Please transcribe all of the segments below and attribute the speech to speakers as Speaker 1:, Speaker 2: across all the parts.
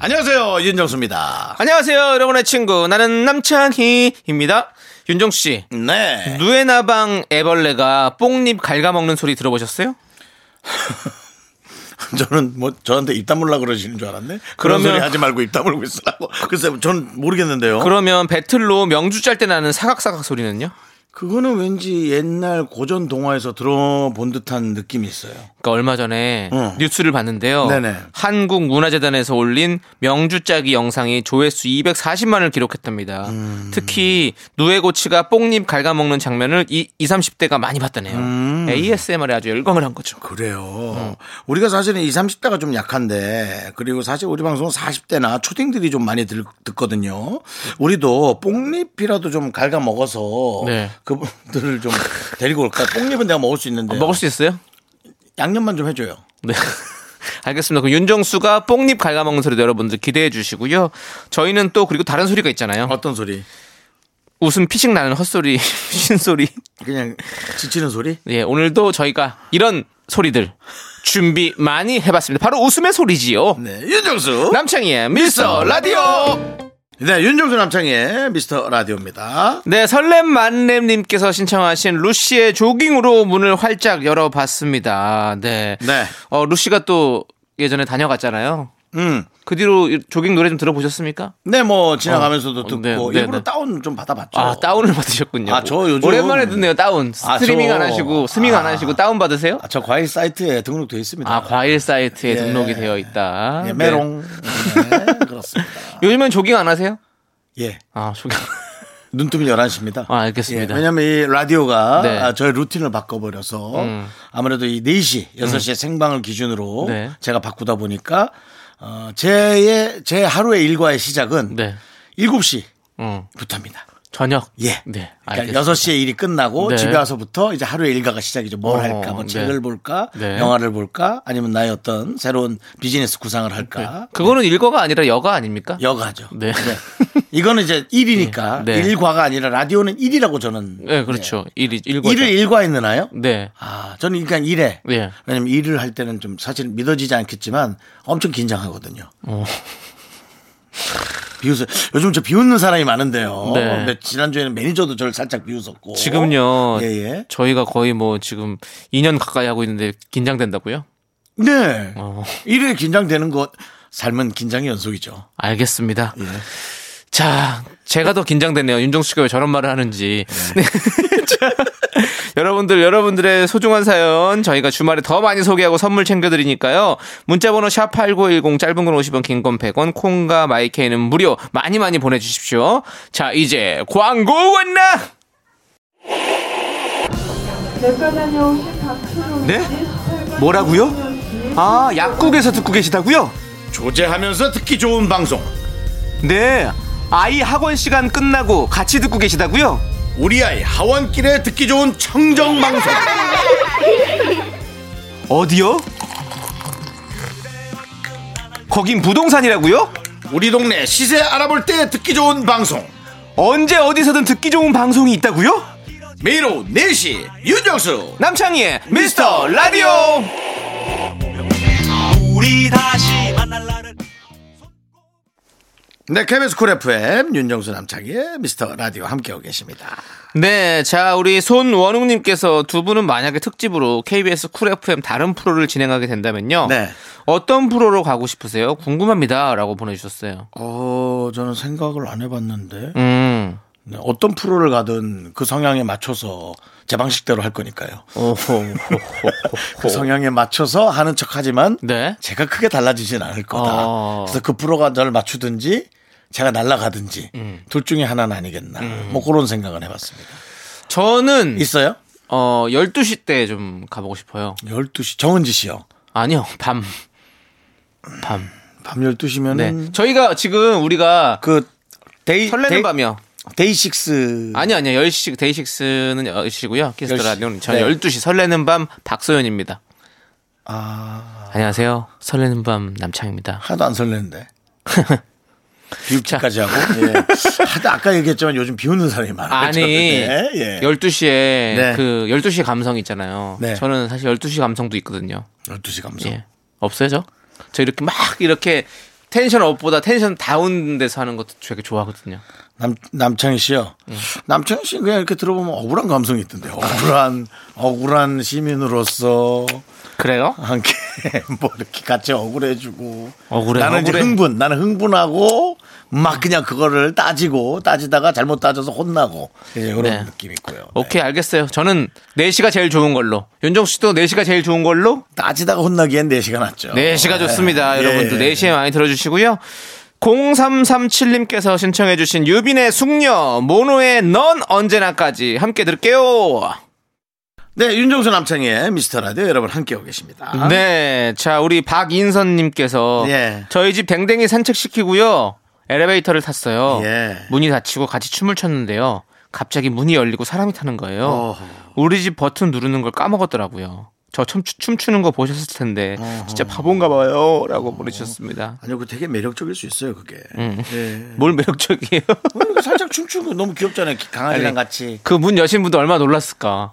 Speaker 1: 안녕하세요 윤정수입니다.
Speaker 2: 안녕하세요, 여러분의 친구. 나는 남창희입니다. 윤정수 씨,
Speaker 1: 네.
Speaker 2: 누에나방 애벌레가 뽕잎 갉아먹는 소리 들어보셨어요?
Speaker 1: 저는 뭐 저한테 입 다물라 그러시는 줄 알았네. 그런
Speaker 2: 그러면-
Speaker 1: 소리 하지 말고 입 다물고 있으라고. 글쎄, 저는 모르겠는데요.
Speaker 2: 그러면 배틀로 명주 짤 때 나는 사각사각 소리는요?
Speaker 1: 그거는 왠지 옛날 고전 동화에서 들어본 듯한 느낌이 있어요.
Speaker 2: 그러니까 얼마 전에
Speaker 1: 응.
Speaker 2: 뉴스를 봤는데요.
Speaker 1: 네네.
Speaker 2: 한국문화재단에서 올린 명주짜기 영상이 조회수 240만을 기록했답니다.
Speaker 1: 음.
Speaker 2: 특히 누에고치가 뽕잎 갉아먹는 장면을 이 20, 30대가 많이 봤다네요. ASMR에 아주 열광을 한 거죠.
Speaker 1: 음. 그래요. 음. 우리가 사실은 20, 30대가 좀 약한데, 그리고 사실 우리 방송은 40대나 초딩들이 좀 많이 들, 듣거든요. 우리도 뽕잎이라도 좀 갉아먹어서
Speaker 2: 네.
Speaker 1: 그분들을 좀 데리고 올까? 뽕잎은 내가 먹을 수 있는데.
Speaker 2: 아, 먹을 수 있어요?
Speaker 1: 양념만 좀 해줘요.
Speaker 2: 네. 알겠습니다. 그럼 윤정수가 뽕잎 갉아먹는 소리도 여러분들 기대해 주시고요. 저희는 또 그리고 다른 소리가 있잖아요.
Speaker 1: 어떤 소리?
Speaker 2: 웃음 피식 나는 헛소리, 신소리.
Speaker 1: 그냥 지치는 소리?
Speaker 2: 예, 오늘도 저희가 이런 소리들 준비 많이 해봤습니다. 바로 웃음의 소리지요.
Speaker 1: 네. 윤정수.
Speaker 2: 남창희의 미스터 라디오.
Speaker 1: 네. 윤정수 남창의 미스터 라디오입니다.
Speaker 2: 네, 설렘 만렙님께서 신청하신 루시의 조깅으로 문을 활짝 열어봤습니다. 네.
Speaker 1: 네.
Speaker 2: 어, 루시가 또 예전에 다녀갔잖아요.
Speaker 1: 음.
Speaker 2: 그 뒤로 조깅 노래 좀 들어보셨습니까?
Speaker 1: 네, 뭐 지나가면서도
Speaker 2: 어,
Speaker 1: 듣고
Speaker 2: 네, 네,
Speaker 1: 일부러
Speaker 2: 네.
Speaker 1: 다운 좀 받아봤죠.
Speaker 2: 아 다운을 받으셨군요.
Speaker 1: 아, 저 요즘-
Speaker 2: 오랜만에 듣네요. 다운
Speaker 1: 아,
Speaker 2: 스트리밍
Speaker 1: 저-
Speaker 2: 안 하시고 스밍 안
Speaker 1: 아.
Speaker 2: 하시고 다운 받으세요?
Speaker 1: 아, 저 과일 사이트에 등록돼 있습니다.
Speaker 2: 아 과일 사이트에
Speaker 1: 예.
Speaker 2: 등록이 되어 있다.
Speaker 1: 예,
Speaker 2: 네.
Speaker 1: 메롱. 네, 그렇습니다.
Speaker 2: 요즘엔 조깅 안 하세요?
Speaker 1: 예.
Speaker 2: 아 조깅.
Speaker 1: 눈뜨면 11시입니다. 예,
Speaker 2: 아, 알겠습니다.
Speaker 1: 왜냐면 이 라디오가
Speaker 2: 네. 음.
Speaker 1: 아, 저의 루틴을 바꿔버려서 아무래도 이 4시, 6시에 생방을 기준으로
Speaker 2: 네.
Speaker 1: 제가 바꾸다 보니까 어, 제의, 제 하루의 일과의 시작은
Speaker 2: 네.
Speaker 1: 7시부터입니다.
Speaker 2: 응. 저녁.
Speaker 1: 예.
Speaker 2: 네.
Speaker 1: 그러니까
Speaker 2: 알겠습니다.
Speaker 1: 6시에 일이 끝나고
Speaker 2: 네.
Speaker 1: 집에 와서부터 이제 하루의 일과가 시작이죠. 뭘
Speaker 2: 어,
Speaker 1: 할까? 뭐
Speaker 2: 네.
Speaker 1: 책을 볼까?
Speaker 2: 네.
Speaker 1: 영화를 볼까? 아니면 나의 어떤 새로운 비즈니스 구상을 할까?
Speaker 2: 그거는 일거가 아니라 여가 아닙니까?
Speaker 1: 여가죠.
Speaker 2: 네.
Speaker 1: 이거는 이제 일이니까
Speaker 2: 네. 네.
Speaker 1: 일과가 아니라 라디오는 일이라고 저는
Speaker 2: 네 그렇죠. 일이 일거.
Speaker 1: 예. 일을 일과에 넣나요?
Speaker 2: 네.
Speaker 1: 아, 저는 그러니까 일에
Speaker 2: 네.
Speaker 1: 왜냐면 일을 할 때는 좀 사실 믿어지지 않겠지만 엄청 긴장하거든요.
Speaker 2: 어.
Speaker 1: 비웃어. 요즘 저 비웃는 사람이 많은데요.
Speaker 2: 네.
Speaker 1: 근데 지난주에는 매니저도 저를 살짝 비웃었고.
Speaker 2: 지금요.
Speaker 1: 예, 예.
Speaker 2: 저희가 거의 뭐 지금 2년 가까이 하고 있는데 긴장된다고요?
Speaker 1: 네.
Speaker 2: 어.
Speaker 1: 일에 긴장되는 것 삶은 긴장의 연속이죠.
Speaker 2: 알겠습니다.
Speaker 3: 예.
Speaker 2: 자, 제가 더 긴장되네요. 윤정수 씨가 왜 저런 말을 하는지. 네. 자, 여러분들, 여러분들의 소중한 사연 저희가 주말에 더 많이 소개하고 선물 챙겨드리니까요. 문자번호 샵8910 짧은 건 50원, 긴 건 100원, 콩과 마이케이는 무료 많이 많이 보내주십시오. 자, 이제 광고 왔나?
Speaker 3: 네? 뭐라고요? 아, 약국에서 듣고 계시다고요?
Speaker 1: 조제하면서 듣기 좋은 방송.
Speaker 3: 네. 아이 학원 시간 끝나고 같이 듣고 계시다고요?
Speaker 1: 우리 아이 하원길에 듣기 좋은 청정 방송.
Speaker 3: 어디요? 거긴 부동산이라고요?
Speaker 1: 우리 동네 시세 알아볼 때 듣기 좋은 방송.
Speaker 3: 언제 어디서든 듣기 좋은 방송이 있다고요?
Speaker 1: 매일 오후 4시 윤정수
Speaker 3: 남창희의 미스터 라디오.
Speaker 1: 네, KBS 쿨 FM 윤정수 남창희의 미스터 라디오 함께하고 계십니다.
Speaker 2: 네, 자 우리 손원웅님께서 두 분은 만약에 특집으로 KBS 쿨 FM 다른 프로를 진행하게 된다면요,
Speaker 1: 네.
Speaker 2: 어떤 프로로 가고 싶으세요? 궁금합니다라고 보내주셨어요.
Speaker 1: 어, 저는 생각을 안 해봤는데
Speaker 2: 음,
Speaker 1: 네, 어떤 프로를 가든 그 성향에 맞춰서 제 방식대로 할 거니까요. 그 성향에 맞춰서 하는 척하지만
Speaker 2: 네,
Speaker 1: 제가 크게 달라지진 않을 거다.
Speaker 2: 어.
Speaker 1: 그래서 그 프로가 저를 맞추든지 제가 날아가든지
Speaker 2: 음.
Speaker 1: 둘 중에 하나는 아니겠나. 뭐 그런 생각은 해봤습니다.
Speaker 2: 저는
Speaker 1: 있어요?
Speaker 2: 어 12시 때 좀 가보고 싶어요.
Speaker 1: 12시 정은지 씨요.
Speaker 2: 아니요, 밤, 밤,
Speaker 1: 밤 12시면은
Speaker 2: 네. 저희가 지금
Speaker 1: 음.
Speaker 2: 우리가
Speaker 1: 그 데이
Speaker 2: 설레는
Speaker 1: 데이,
Speaker 2: 밤이요.
Speaker 1: 데이식스
Speaker 2: 아니 아니요. 10시 데이식스는 10시고요. 키스터
Speaker 1: 10시.
Speaker 2: 라디오는 저
Speaker 1: 네.
Speaker 2: 12시 설레는 밤 박소연입니다.
Speaker 1: 아.
Speaker 2: 안녕하세요. 설레는 밤 남창입니다.
Speaker 1: 하나도 안 설레는데. 비웃기까지 하고. 예. 하다 아까 얘기했지만 요즘 비웃는 사람이 많아요.
Speaker 2: 아니
Speaker 1: 저한테. 예.
Speaker 2: 12시에
Speaker 1: 네.
Speaker 2: 그 12시 감성 있잖아요.
Speaker 1: 네.
Speaker 2: 저는 사실 12시 감성도 있거든요.
Speaker 1: 12시 감성.
Speaker 2: 예. 없어요, 저? 저 이렇게 막 이렇게 텐션 업보다 텐션 다운 데서 하는 것도 되게 좋아하거든요.
Speaker 1: 남, 남창희 씨요.
Speaker 2: 음.
Speaker 1: 남창희 씨 그냥 이렇게 들어보면 억울한 감성이 있던데. 억울한, 억울한 시민으로서
Speaker 2: 그래요?
Speaker 1: 함께 뭐 이렇게 같이 억울해주고.
Speaker 2: 억울해,
Speaker 1: 나는 이제
Speaker 2: 억울해.
Speaker 1: 흥분. 나는 흥분하고 막 그냥 그거를 따지고 따지다가 잘못 따져서 혼나고. 예, 그런
Speaker 2: 네.
Speaker 1: 느낌이 있고요. 네.
Speaker 2: 오케이, 알겠어요. 저는 4시가 제일 좋은 걸로. 윤정수 씨도 4시가 제일 좋은 걸로?
Speaker 1: 따지다가 혼나기엔 4시가 낫죠.
Speaker 2: 4시가 좋습니다.
Speaker 1: 예.
Speaker 2: 여러분들 4시에 많이 들어주시고요. 0337님께서 신청해주신 유빈의 숙녀, 모노의 넌 언제나까지 함께 들을게요.
Speaker 1: 네, 윤정수 남창희의 미스터 라디오 여러분 함께하고 계십니다.
Speaker 2: 네. 자, 우리 박인선님께서
Speaker 1: 아? 예.
Speaker 2: 저희 집 댕댕이 산책시키고요. 엘리베이터를 탔어요.
Speaker 1: 예.
Speaker 2: 문이 닫히고 같이 춤을 췄는데요. 갑자기 문이 열리고 사람이 타는 거예요.
Speaker 1: 어허.
Speaker 2: 우리 집 버튼 누르는 걸 까먹었더라고요. 저 춤, 춤추는 거 보셨을 텐데 진짜 바본가 봐요. 라고 보내주셨습니다.
Speaker 1: 아니요, 그 되게 매력적일 수 있어요, 그게.
Speaker 2: 음.
Speaker 1: 예.
Speaker 2: 뭘 매력적이에요?
Speaker 1: 그러니까 살짝 춤추고 너무 귀엽잖아요. 강아지랑
Speaker 2: 아니,
Speaker 1: 같이.
Speaker 2: 그 문 여신 분도 얼마나 놀랐을까.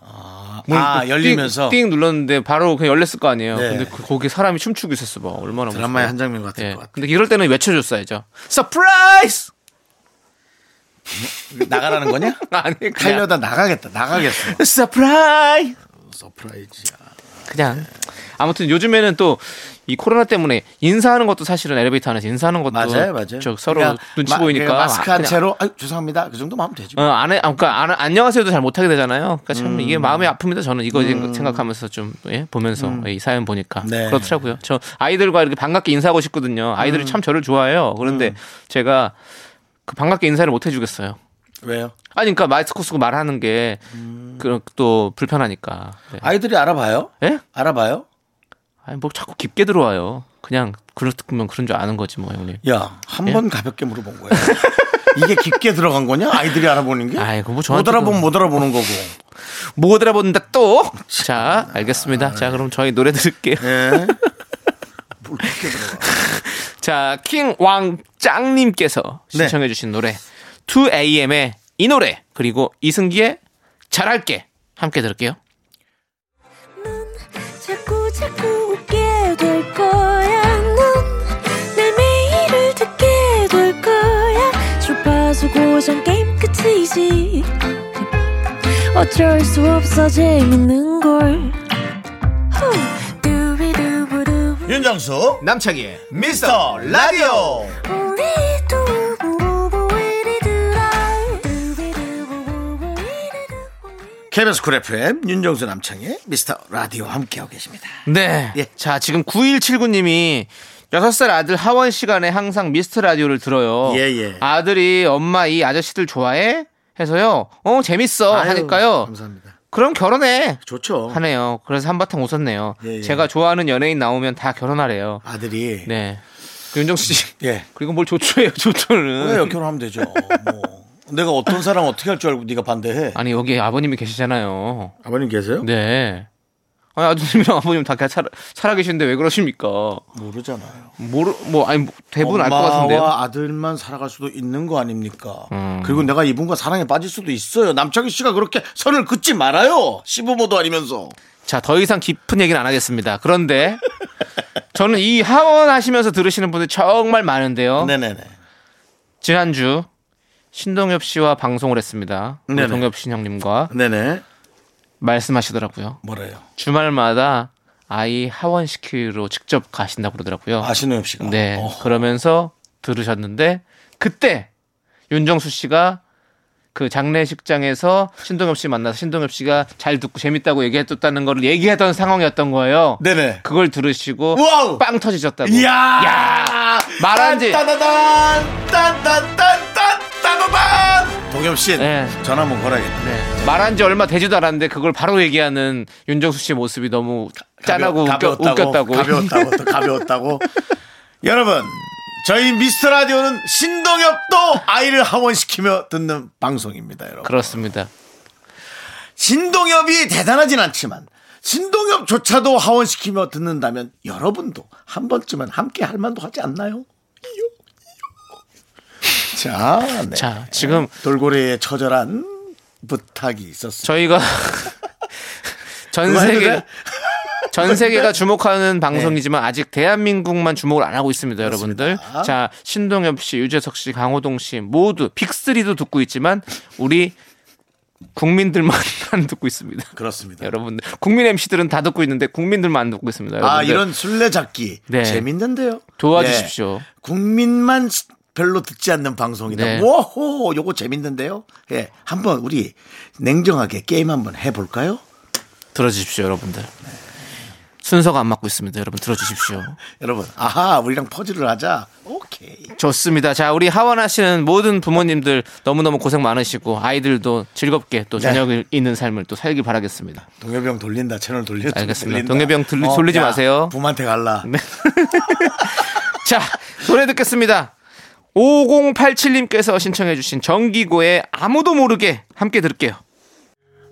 Speaker 2: 문을 그
Speaker 1: 아,
Speaker 2: 띵-
Speaker 1: 열리면서
Speaker 2: 띵, 눌렀는데 바로 그냥 열렸을 거 아니에요.
Speaker 1: 네.
Speaker 2: 근데 그- 거기 사람이 춤추고 있었어 봐. 얼마나
Speaker 1: 드라마의
Speaker 2: 무서워.
Speaker 1: 한 장면 같을
Speaker 2: 예.
Speaker 1: 것 같아요.
Speaker 2: 근데 이럴 때는 외쳐줬어야죠. 서프라이즈!
Speaker 1: 나가라는 거냐?
Speaker 2: 아니, 그냥
Speaker 1: 하려다 나가겠다. 나가겠어.
Speaker 2: 서프라이즈!
Speaker 1: 서프라이즈야.
Speaker 2: 그냥. 아무튼 요즘에는 또 이 코로나 때문에 인사하는 것도 사실은 엘리베이터 안에서 인사하는 것도
Speaker 1: 맞아요, 맞아요.
Speaker 2: 저 서로
Speaker 1: 그러니까
Speaker 2: 눈치
Speaker 1: 마-
Speaker 2: 보이니까
Speaker 1: 그러니까 마스크
Speaker 2: 아,
Speaker 1: 한
Speaker 2: 그냥-
Speaker 1: 채로 아유, 죄송합니다. 그 정도면 하면 되지.
Speaker 2: 어, 안 해, 아, 그러니까 안, 안녕하세요도 잘 못하게 되잖아요. 그러니까 참 이게 마음이 아픕니다. 저는 이거 생각- 생각하면서 좀 예? 보면서 이 사연 보니까
Speaker 1: 음. 네.
Speaker 2: 그렇더라고요. 저 아이들과 이렇게 반갑게 인사하고 싶거든요. 아이들이
Speaker 1: 음.
Speaker 2: 참 저를 좋아해요. 그런데 제가 그 반갑게 인사를 못 해주겠어요.
Speaker 1: 왜요?
Speaker 2: 아니 그러니까 마스크 쓰고 말하는 게 그런 또 불편하니까. 네.
Speaker 1: 음. 아이들이 알아봐요?
Speaker 2: 예?
Speaker 1: 알아봐요?
Speaker 2: 아니 뭐 자꾸 깊게 들어와요. 그냥 그렇면 그런 줄 아는 거지 뭐 형님.
Speaker 1: 야, 한 번 가볍게 물어본 거야. 이게 깊게 들어간 거냐? 아이들이 알아보는 게?
Speaker 2: 아이고, 뭐
Speaker 1: 못
Speaker 2: 저한테도-
Speaker 1: 알아보면 못 알아보는 거고.
Speaker 2: 못 알아본다 또. 자 알겠습니다. 자 그럼 저희 노래 들을게요.
Speaker 1: 예. 뭘 그렇게 들어가.
Speaker 2: 자, 킹왕짱님께서
Speaker 1: 네.
Speaker 2: 신청해주신 노래 2AM의 이 노래 그리고 이승기의 잘할게 함께 들을게요.
Speaker 4: 자꾸 자꾸 웃게 될 거야. 넌내 매일을 듣게 될 거야. 주파수 고정 게임 끝이지. 어쩔 수 없어 재밌는 걸. 후. 두비두부두.
Speaker 1: 윤정수
Speaker 2: 남창희의
Speaker 1: 미스터 라디오
Speaker 4: 우리 두부부부 우리들아. 두비두부부부 우리들아.
Speaker 1: KBS 쿨 FM 윤정수 남창의 미스터 라디오 함께하고 계십니다
Speaker 2: 네.
Speaker 1: 예.
Speaker 2: 자, 지금 9179님이 6살 아들 하원 시간에 항상 미스트 라디오를 들어요.
Speaker 1: 예, 예.
Speaker 2: 아들이 엄마 이 아저씨들 좋아해? 해서요. 어, 재밌어.
Speaker 1: 아유,
Speaker 2: 하니까요.
Speaker 1: 감사합니다
Speaker 2: 그럼 결혼해.
Speaker 1: 좋죠
Speaker 2: 하네요. 그래서 한바탕 웃었네요.
Speaker 1: 예, 예.
Speaker 2: 제가 좋아하는 연예인 나오면 다 결혼하래요.
Speaker 1: 아들이
Speaker 2: 네. 윤정수 씨.
Speaker 1: 예.
Speaker 2: 그리고 뭘 조초해요, 조초는.
Speaker 1: 왜요 결혼하면 되죠 뭐 내가 어떤 사람 어떻게 할 줄 알고 네가 반대해
Speaker 2: 아니, 여기 아버님이 계시잖아요.
Speaker 1: 아버님 계세요?
Speaker 2: 네. 아니, 아드님이랑 아버님 다 가- 살아, 살아계시는데 왜 그러십니까?
Speaker 1: 모르잖아요
Speaker 2: 모르, 뭐, 아니, 뭐, 대부분 알 것
Speaker 1: 엄마와
Speaker 2: 같은데요. 음.
Speaker 1: 아들만 살아갈 수도 있는 거 아닙니까 그리고 내가 이분과 사랑에 빠질 수도 있어요 남창희 씨가 그렇게 선을 긋지 말아요 시부모도 아니면서
Speaker 2: 자, 더 이상 깊은 얘기는 안 하겠습니다. 그런데 저는 이 하원 하시면서 들으시는 분들 정말 많은데요.
Speaker 1: 네네네
Speaker 2: 지난주 신동엽 씨와 방송을 했습니다. 우리
Speaker 1: 네네.
Speaker 2: 동엽 신형님과
Speaker 1: 네네
Speaker 2: 말씀하시더라고요.
Speaker 1: 뭐래요
Speaker 2: 주말마다 아이 하원시키로 직접 가신다고 그러더라고요.
Speaker 1: 아신호엽 씨가
Speaker 2: 네.
Speaker 1: 어.
Speaker 2: 그러면서 들으셨는데 그때 윤정수 씨가 그 장례식장에서 신동엽 씨 만나서 신동엽 씨가 잘 듣고 재밌다고 얘기했었다는 걸 얘기하던 상황이었던 거예요.
Speaker 1: 네네
Speaker 2: 그걸 들으시고
Speaker 1: 와우!
Speaker 2: 빵 터지셨다고.
Speaker 1: 이야!
Speaker 2: 말한 지-
Speaker 1: 딴따다단! 딴딴딴딴! 따다단! 동엽 씨,
Speaker 2: 네.
Speaker 1: 전화 한번 걸어야겠다.
Speaker 2: 네. 말한 지 얼마 되지도 않았는데 그걸 바로 얘기하는 윤정수 씨의 모습이 너무 짠하고
Speaker 1: 가벼-
Speaker 2: 웃겨, 웃겼다고.
Speaker 1: 가벼웠다고. 또 가벼웠다고. 여러분, 저희 미스터 라디오는 신동엽도 아이를 하원시키며 듣는 방송입니다, 여러분.
Speaker 2: 그렇습니다.
Speaker 1: 신동엽이 대단하진 않지만 신동엽조차도 하원시키며 듣는다면 여러분도 한 번쯤은 함께 할 만도 하지 않나요? 이요, 이요. 자, 네.
Speaker 2: 자, 지금
Speaker 1: 돌고래의 처절한 부탁이 있었어요.
Speaker 2: 저희가 전
Speaker 1: 그거 해도
Speaker 2: 세계
Speaker 1: 돼?
Speaker 2: 전 세계가 주목하는 방송이지만
Speaker 1: 네.
Speaker 2: 아직 대한민국만 주목을 안 하고 있습니다, 여러분들. 자, 신동엽 씨, 유재석 씨, 강호동 씨 모두 빅3도 듣고 있지만 우리 국민들만 안 듣고 있습니다.
Speaker 1: 그렇습니다.
Speaker 2: 네. 여러분들 국민 MC들은 다 듣고 있는데 국민들만 안 듣고 있습니다. 여러분들.
Speaker 1: 아, 이런 술래잡기
Speaker 2: 네.
Speaker 1: 재밌는데요.
Speaker 2: 도와주십시오.
Speaker 1: 예. 국민만 시- 별로 듣지 않는 방송이다.
Speaker 2: 네.
Speaker 1: 워호, 요거 재밌는데요. 예, 한번 우리 냉정하게 게임 한번 해볼까요?
Speaker 2: 들어주십시오, 여러분들. 순서가 안 맞고 있습니다, 여러분. 들어주십시오.
Speaker 1: 여러분, 아하, 우리랑 퍼즐을 하자. 오케이.
Speaker 2: 좋습니다. 자, 우리 하원하시는 모든 부모님들 너무너무 고생 많으시고 아이들도 즐겁게 또 저녁 을 있는 삶을 또 살길 바라겠습니다.
Speaker 1: 동엽병 돌린다. 채널 돌려.
Speaker 2: 알겠습니다. 동엽이 형 돌리- 돌리지 마세요. 네.
Speaker 1: 부모한테 갈라.
Speaker 2: 자, 노래 듣겠습니다. 5087님께서 신청해 주신 정기고의 아무도 모르게 함께 들을게요.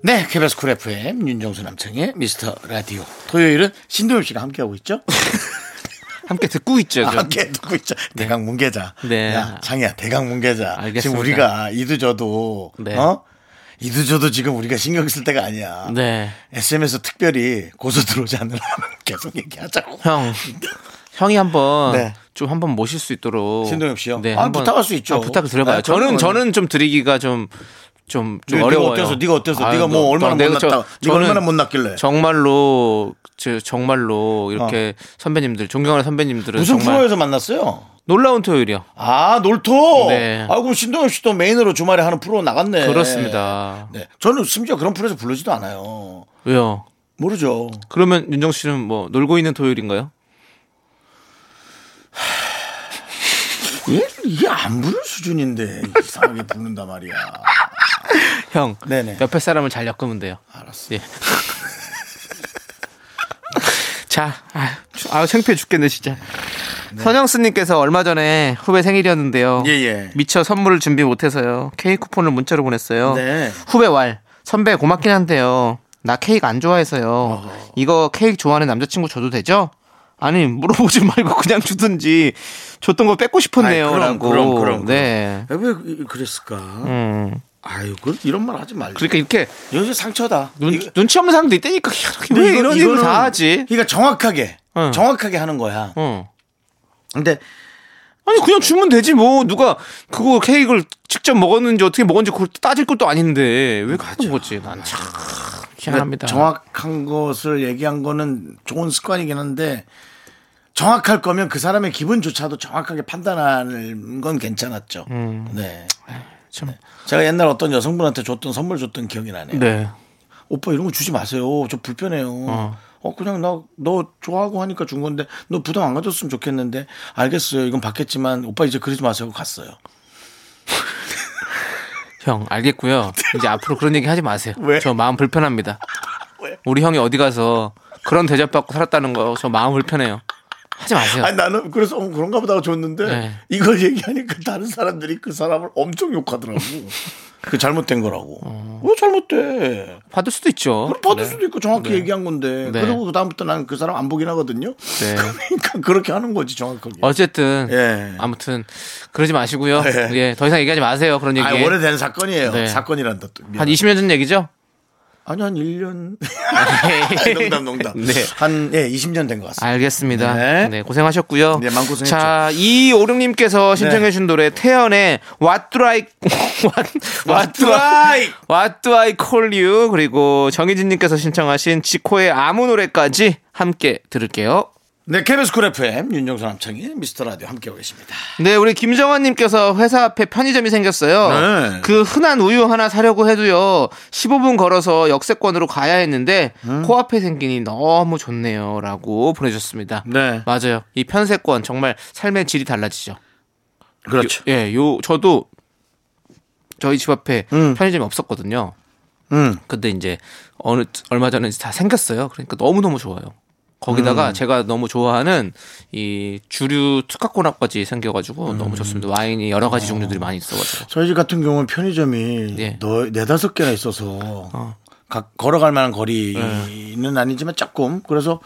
Speaker 1: 네, KBS 쿨 FM 윤정수 남창의 미스터 라디오. 토요일은 신도엽 씨가 함께하고 있죠?
Speaker 2: 함께 듣고 있죠.
Speaker 1: 아,
Speaker 2: 지금.
Speaker 1: 함께 듣고 있죠. 대강 문계자.
Speaker 2: 네.
Speaker 1: 야, 장이야, 대강 문계자.
Speaker 2: 알겠습니다.
Speaker 1: 지금 우리가 이두저도,
Speaker 2: 네.
Speaker 1: 어? 이두저도 지금 우리가 신경 쓸 때가 아니야.
Speaker 2: 네.
Speaker 1: SMS 특별히 고소 들어오지 않으려면 계속 얘기하자고.
Speaker 2: 형. 형이 한번
Speaker 1: 네.
Speaker 2: 좀 한번 모실 수 있도록
Speaker 1: 신동엽 씨요?
Speaker 2: 네,
Speaker 1: 아,
Speaker 2: 한번
Speaker 1: 부탁할 수 있죠.
Speaker 2: 아, 부탁을 드려봐요.
Speaker 1: 아, 그럼요.
Speaker 2: 저는 저는 좀 드리기가 좀 좀, 좀
Speaker 1: 네가
Speaker 2: 어려워요.
Speaker 1: 어때서, 네가 어때서,
Speaker 2: 아유,
Speaker 1: 네가 뭐
Speaker 2: 너,
Speaker 1: 얼마나
Speaker 2: 내가
Speaker 1: 못
Speaker 2: 저-
Speaker 1: 났다, 네가
Speaker 2: 저는
Speaker 1: 얼마나 못 났길래.
Speaker 2: 정말로 저 정말로 이렇게 선배님들 존경하는 선배님들은
Speaker 1: 어. 무슨
Speaker 2: 정말
Speaker 1: 프로에서 만났어요?
Speaker 2: 놀라운 토요일이요.
Speaker 1: 아, 놀토?
Speaker 2: 네.
Speaker 1: 아, 그럼 신동엽 씨도 메인으로 주말에 하는 프로 나갔네.
Speaker 2: 그렇습니다.
Speaker 1: 네. 저는 심지어 그런 프로에서 부르지도 않아요.
Speaker 2: 왜요?
Speaker 1: 모르죠.
Speaker 2: 그러면 윤정 씨는 뭐 놀고 있는 토요일인가요?
Speaker 1: 얘, 예? 이게 안 부를 수준인데 이상하게 부른단 말이야.
Speaker 2: 형,
Speaker 1: 네네.
Speaker 2: 옆에 사람을 잘 엮으면 돼요.
Speaker 1: 알았어.
Speaker 2: 예. 자, 아유, 추- 아유, 창피해 죽겠네, 진짜. 선영스님께서 얼마 전에 후배 생일이었는데요.
Speaker 1: 네. 예, 예.
Speaker 2: 미처 선물을 준비 못해서요. 케이크 쿠폰을 문자로 보냈어요.
Speaker 1: 네.
Speaker 2: 후배 왈, 선배 고맙긴 한데요. 나 케이크 안 좋아해서요. 이거 케이크 좋아하는 남자친구 줘도 되죠? 아니, 물어보지 말고 그냥 주든지 줬던 거 뺏고 싶었네요.
Speaker 1: 아이, 그럼,
Speaker 2: 라고.
Speaker 1: 그럼, 그럼, 그럼.
Speaker 2: 네.
Speaker 1: 왜 이- 그랬을까?
Speaker 2: 음.
Speaker 1: 아유, 그, 이런 말 하지 말자.
Speaker 2: 그러니까 이렇게
Speaker 1: 여기서 상처다.
Speaker 2: 눈,
Speaker 1: 이거-
Speaker 2: 눈치 없는 사람도 있다니까 희한하게 왜
Speaker 1: 이거-
Speaker 2: 이런 일을
Speaker 1: 이거는-
Speaker 2: 다 하지? 어.
Speaker 1: 그러니까 정확하게,
Speaker 2: 응.
Speaker 1: 정확하게 하는 거야.
Speaker 2: 어.
Speaker 1: 근데
Speaker 2: 아니 그냥 주면 되지 뭐 누가 그거 케이크를 직접 먹었는지 어떻게 먹었는지 그걸 따질 것도 아닌데 왜 그런 거지? 난 참 희한합니다.
Speaker 1: 네. 정확한 것을 얘기한 거는 좋은 습관이긴 한데 정확할 거면 그 사람의 기분조차도 정확하게 판단하는 건 괜찮았죠.
Speaker 2: 음.
Speaker 1: 네.
Speaker 2: 참.
Speaker 1: 제가 옛날 어떤 여성분한테 줬던 선물 줬던 기억이 나네요.
Speaker 2: 네.
Speaker 1: 오빠 이런 거 주지 마세요. 저 불편해요. 어, 그냥 나 너 좋아하고 하니까 준 건데 너 부담 안 가졌으면 좋겠는데 알겠어요. 이건 받겠지만 오빠 이제 그러지 마세요. 하고 갔어요.
Speaker 2: 형 알겠고요. 이제 앞으로 그런 얘기 하지 마세요.
Speaker 1: 왜?
Speaker 2: 저 마음 불편합니다.
Speaker 1: 왜?
Speaker 2: 우리 형이 어디 가서 그런 대접 받고 살았다는 거 저 마음 불편해요. 하지 마세요.
Speaker 1: 아니 나는 그래서 어, 그런가 보다 하고 줬는데
Speaker 2: 네.
Speaker 1: 이걸 얘기하니까 다른 사람들이 그 사람을 엄청 욕하더라고. 그 잘못된 거라고.
Speaker 2: 어.
Speaker 1: 왜 잘못돼?
Speaker 2: 받을 수도 있죠.
Speaker 1: 그럼 받을 수도 있고 정확히 얘기한 건데
Speaker 2: 네.
Speaker 1: 그리고 그 다음부터 나는 그 사람 안 보긴 하거든요.
Speaker 2: 네.
Speaker 1: 그러니까 그렇게 하는 거지 정확하게.
Speaker 2: 어쨌든
Speaker 1: 예.
Speaker 2: 아무튼 그러지 마시고요.
Speaker 1: 예.
Speaker 2: 예, 더 이상 얘기하지 마세요. 그런 얘기.
Speaker 1: 아 오래된 사건이에요.
Speaker 2: 네.
Speaker 1: 사건이란다 또. 미안.
Speaker 2: 한 20년 전 얘기죠?
Speaker 1: 아니 한 1년.
Speaker 2: 아니,
Speaker 1: 농담 농담.
Speaker 2: 네.
Speaker 1: 한 예, 20년 된 것 같습니다.
Speaker 2: 알겠습니다.
Speaker 1: 네.
Speaker 2: 네, 고생하셨고요.
Speaker 1: 네, 마음고생했죠. 네.
Speaker 2: 자, 이오룡님께서 신청해주신 노래 태연의 What Do I What Do I What Do I Call You 그리고 정희진님께서 신청하신 지코의 아무 노래까지 함께 들을게요.
Speaker 1: 네, KBS 쿨 FM 윤정수 남창희 미스터 라디오 함께하고 계십니다.
Speaker 2: 네, 우리 김정환님께서 회사 앞에 편의점이 생겼어요.
Speaker 1: 네.
Speaker 2: 그 흔한 우유 하나 사려고 해도요, 15분 걸어서 역세권으로 가야 했는데,
Speaker 1: 음.
Speaker 2: 코앞에 생기니 너무 좋네요. 라고 보내주셨습니다.
Speaker 1: 네.
Speaker 2: 맞아요. 이 편세권, 정말 삶의 질이 달라지죠.
Speaker 1: 그렇죠.
Speaker 2: 예, 요, 저도 저희 집 앞에 편의점이 없었거든요.
Speaker 1: 음.
Speaker 2: 근데 이제, 어느, 얼마 전에 이제 다 생겼어요. 그러니까 너무너무 좋아요. 거기다가
Speaker 1: 음.
Speaker 2: 제가 너무 좋아하는 이 주류 특화코너까지 생겨가지고
Speaker 1: 음.
Speaker 2: 너무 좋습니다. 와인이 여러
Speaker 1: 어.
Speaker 2: 가지 종류들이 많이 있어가지고.
Speaker 1: 저희 집 같은 경우는 편의점이
Speaker 2: 예.
Speaker 1: 너, 네다섯 개나 있어서 네. 각- 걸어갈 만한 거리는 아니지만 조금 그래서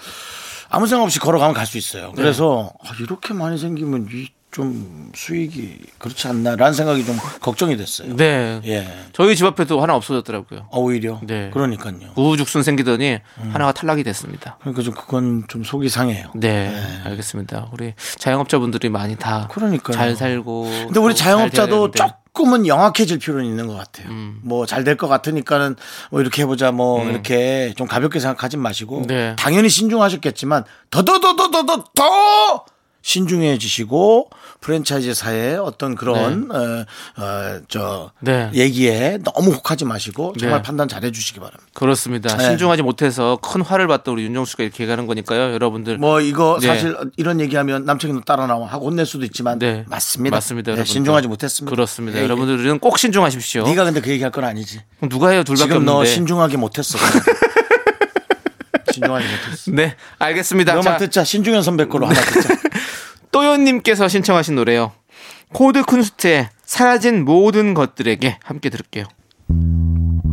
Speaker 1: 아무 생각 없이 걸어가면 갈 수 있어요. 그래서 아, 이렇게 많이 생기면 이, 좀 수익이 그렇지 않나라는 생각이 좀 걱정이 됐어요.
Speaker 2: 네.
Speaker 1: 예.
Speaker 2: 저희 집 앞에도 하나 없어졌더라고요.
Speaker 1: 아, 오히려.
Speaker 2: 네.
Speaker 1: 그러니까요.
Speaker 2: 우후죽순 생기더니
Speaker 1: 음.
Speaker 2: 하나가 탈락이 됐습니다.
Speaker 1: 그러니까 좀 그건 좀 속이 상해요.
Speaker 2: 네, 알겠습니다. 우리 자영업자분들이 많이 다
Speaker 1: 그러니까요.
Speaker 2: 잘 살고.
Speaker 1: 근데 우리
Speaker 2: 또잘 어,
Speaker 1: 자영업자도
Speaker 2: 돼야 되는데. 음.
Speaker 1: 조금은 영악해질 필요는 있는 것 같아요. 뭐 잘 될 것 같으니까는 뭐 이렇게 해보자 뭐 이렇게 좀 가볍게 생각하지 마시고
Speaker 2: 네.
Speaker 1: 당연히 신중하셨겠지만 더더더더더더 더 신중해지시고 프랜차이즈사의 어떤 그런 어저
Speaker 2: 네.
Speaker 1: 얘기에 너무 혹하지 마시고 정말
Speaker 2: 네.
Speaker 1: 판단 잘 해주시기 바랍니다.
Speaker 2: 그렇습니다.
Speaker 1: 네.
Speaker 2: 신중하지 못해서 큰 화를 봤던 우리 윤정수 씨가 이렇게 가는 거니까요. 여러분들
Speaker 1: 뭐 이거
Speaker 2: 네.
Speaker 1: 사실 이런 얘기하면 남청이 너 따라 나와 하고 혼낼 수도 있지만
Speaker 2: 네.
Speaker 1: 맞습니다. 네,
Speaker 2: 맞습니다, 여러분들.
Speaker 1: 신중하지 못했습니다.
Speaker 2: 그렇습니다.
Speaker 1: 예, 예.
Speaker 2: 여러분들은 꼭 신중하십시오.
Speaker 1: 네가 근데 그 얘기할 건 아니지.
Speaker 2: 그럼 누가 해요? 둘밖에
Speaker 1: 지금 너
Speaker 2: 없는데.
Speaker 1: 신중하게 못했어. 신중하게 못했어.
Speaker 2: 네, 알겠습니다.
Speaker 1: 너만
Speaker 2: 자,
Speaker 1: 듣자. 신중현 선배 거로 하나 듣자.
Speaker 2: 또요님께서 신청하신 노래요. 코드 쿤스트의 사라진 모든 것들에게 함께 들을게요.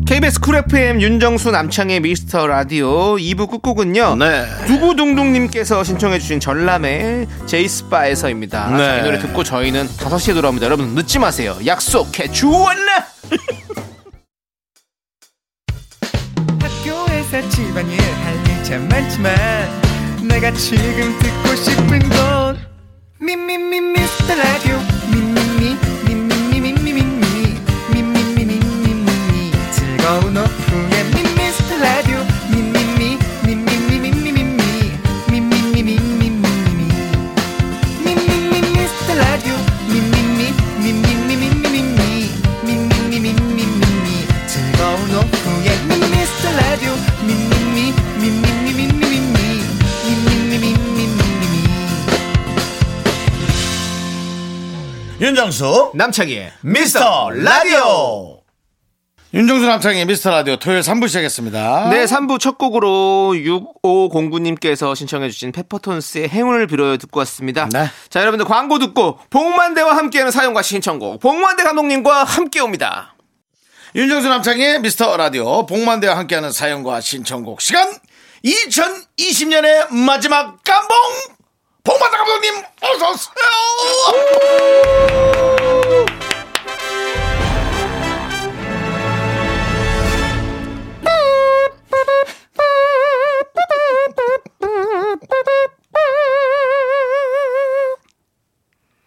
Speaker 2: KBS 쿨 FM 윤정수 남창의 미스터 라디오 2부 끝곡은요.
Speaker 1: 네.
Speaker 2: 두구둥둥님께서 신청해주신 전람의 제이스바에서입니다.
Speaker 1: 네.
Speaker 2: 이 노래 듣고 저희는 5시에 돌아옵니다. 여러분 늦지 마세요. 약속해 주원나!
Speaker 5: 학교에서 집안일 할 일 참 많지만 내가 지금 듣고 싶은 건 미미미 미스터 라디오 미미미 미미미미미미 미미미미미미 즐거운 오후에 미스터 라디오 미미미 미미미미미미 미미미미미미미 미미미 미스터 라디오 미미미 미미미미미미 미미미미미미 즐거운 오후에 미스터 라디오 미미미 미미미미미미 미미미미미미미
Speaker 1: 윤정수
Speaker 2: 남창희의
Speaker 1: 미스터 라디오. 윤정수 남창의 미스터 라디오 토요일 3부 시작했습니다.
Speaker 2: 네, 3부 첫 곡으로 6509님께서 신청해주신 페퍼톤스의 행운을 빌어요 듣고 왔습니다.
Speaker 1: 네.
Speaker 2: 자, 여러분들 광고 듣고 복만대와 함께하는 사연과 신청곡 복만대 감독님과 함께 옵니다.
Speaker 1: 윤정수 남창의 미스터 라디오 복만대와 함께하는 사연과 신청곡 시간 2020년의 마지막 깜봉 복만대 감독님 어서 오세요.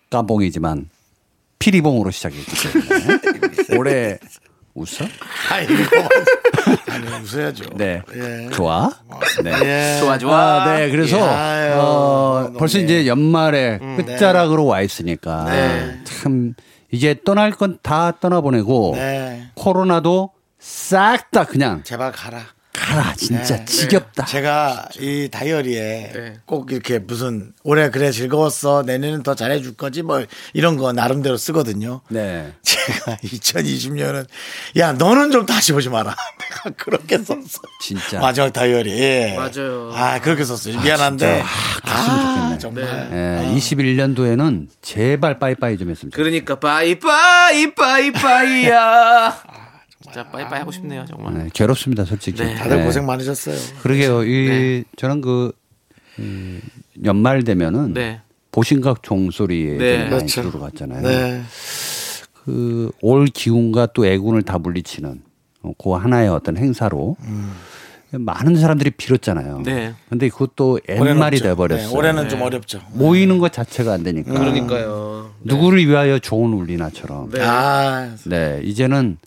Speaker 6: 깜봉이지만 피리봉으로 시작이 됐어요. 올해 웃어?
Speaker 1: 아이고. 아니 웃어야죠.
Speaker 6: 네.
Speaker 1: 예.
Speaker 6: 좋아? 네.
Speaker 1: 예.
Speaker 2: 좋아, 좋아.
Speaker 6: 아, 네. 그래서
Speaker 1: 아유,
Speaker 6: 어,
Speaker 1: 너무
Speaker 6: 벌써
Speaker 1: 예. 음, 네.
Speaker 6: 이제 연말에 끝자락으로 와 있으니까 참 이제 떠날 건 다 떠나보내고
Speaker 1: 네.
Speaker 6: 코로나도 싹 다 그냥
Speaker 1: 제발 가라.
Speaker 6: 가라
Speaker 1: 네.
Speaker 6: 진짜 지겹다.
Speaker 1: 제가 이 다이어리에
Speaker 2: 네.
Speaker 1: 꼭 이렇게 무슨 올해 그래 즐거웠어 내년은 더 잘해줄 거지 뭐 이런 거 나름대로 쓰거든요.
Speaker 6: 네.
Speaker 1: 제가 2020년은 야 너는 좀 다시 보지 마라. 내가 그렇게 썼어.
Speaker 6: 진짜.
Speaker 1: 마지막 다이어리. 예.
Speaker 2: 맞아요.
Speaker 1: 아 그렇게 썼어요. 미안한데. 아, 정말.
Speaker 6: 예, 21년도에는 제발 빠이빠이 좀 했으면 좋겠어요.
Speaker 2: 그러니까 빠이빠이 빠이빠이야. 진짜 빠이빠이 하고 싶네요, 정말.
Speaker 6: 네, 괴롭습니다, 솔직히.
Speaker 2: 네.
Speaker 1: 그 다들
Speaker 6: 네.
Speaker 1: 고생 많으셨어요. 네.
Speaker 6: 그러게요. 이 저는 그 음, 연말 되면은
Speaker 2: 네.
Speaker 6: 보신각 종소리에
Speaker 2: 네.
Speaker 6: 네. 많이
Speaker 1: 그렇죠.
Speaker 6: 들어 갔잖아요.
Speaker 1: 네.
Speaker 6: 그 올 기운과 또 애군을 다 물리치는 어, 그 하나의 어떤 행사로
Speaker 1: 음.
Speaker 6: 많은 사람들이 빌었잖아요.
Speaker 2: 네.
Speaker 6: 근데 그것도
Speaker 1: 올해는
Speaker 6: 옛말이
Speaker 1: 없죠.
Speaker 6: 돼 버렸어요.
Speaker 1: 네, 올해는 좀 어렵죠.
Speaker 6: 모이는 것 자체가 안 되니까.
Speaker 1: 음.
Speaker 2: 그러니까요. 네.
Speaker 6: 누구를 위하여 좋은 울리나처럼. 네.
Speaker 1: 아
Speaker 6: 이제는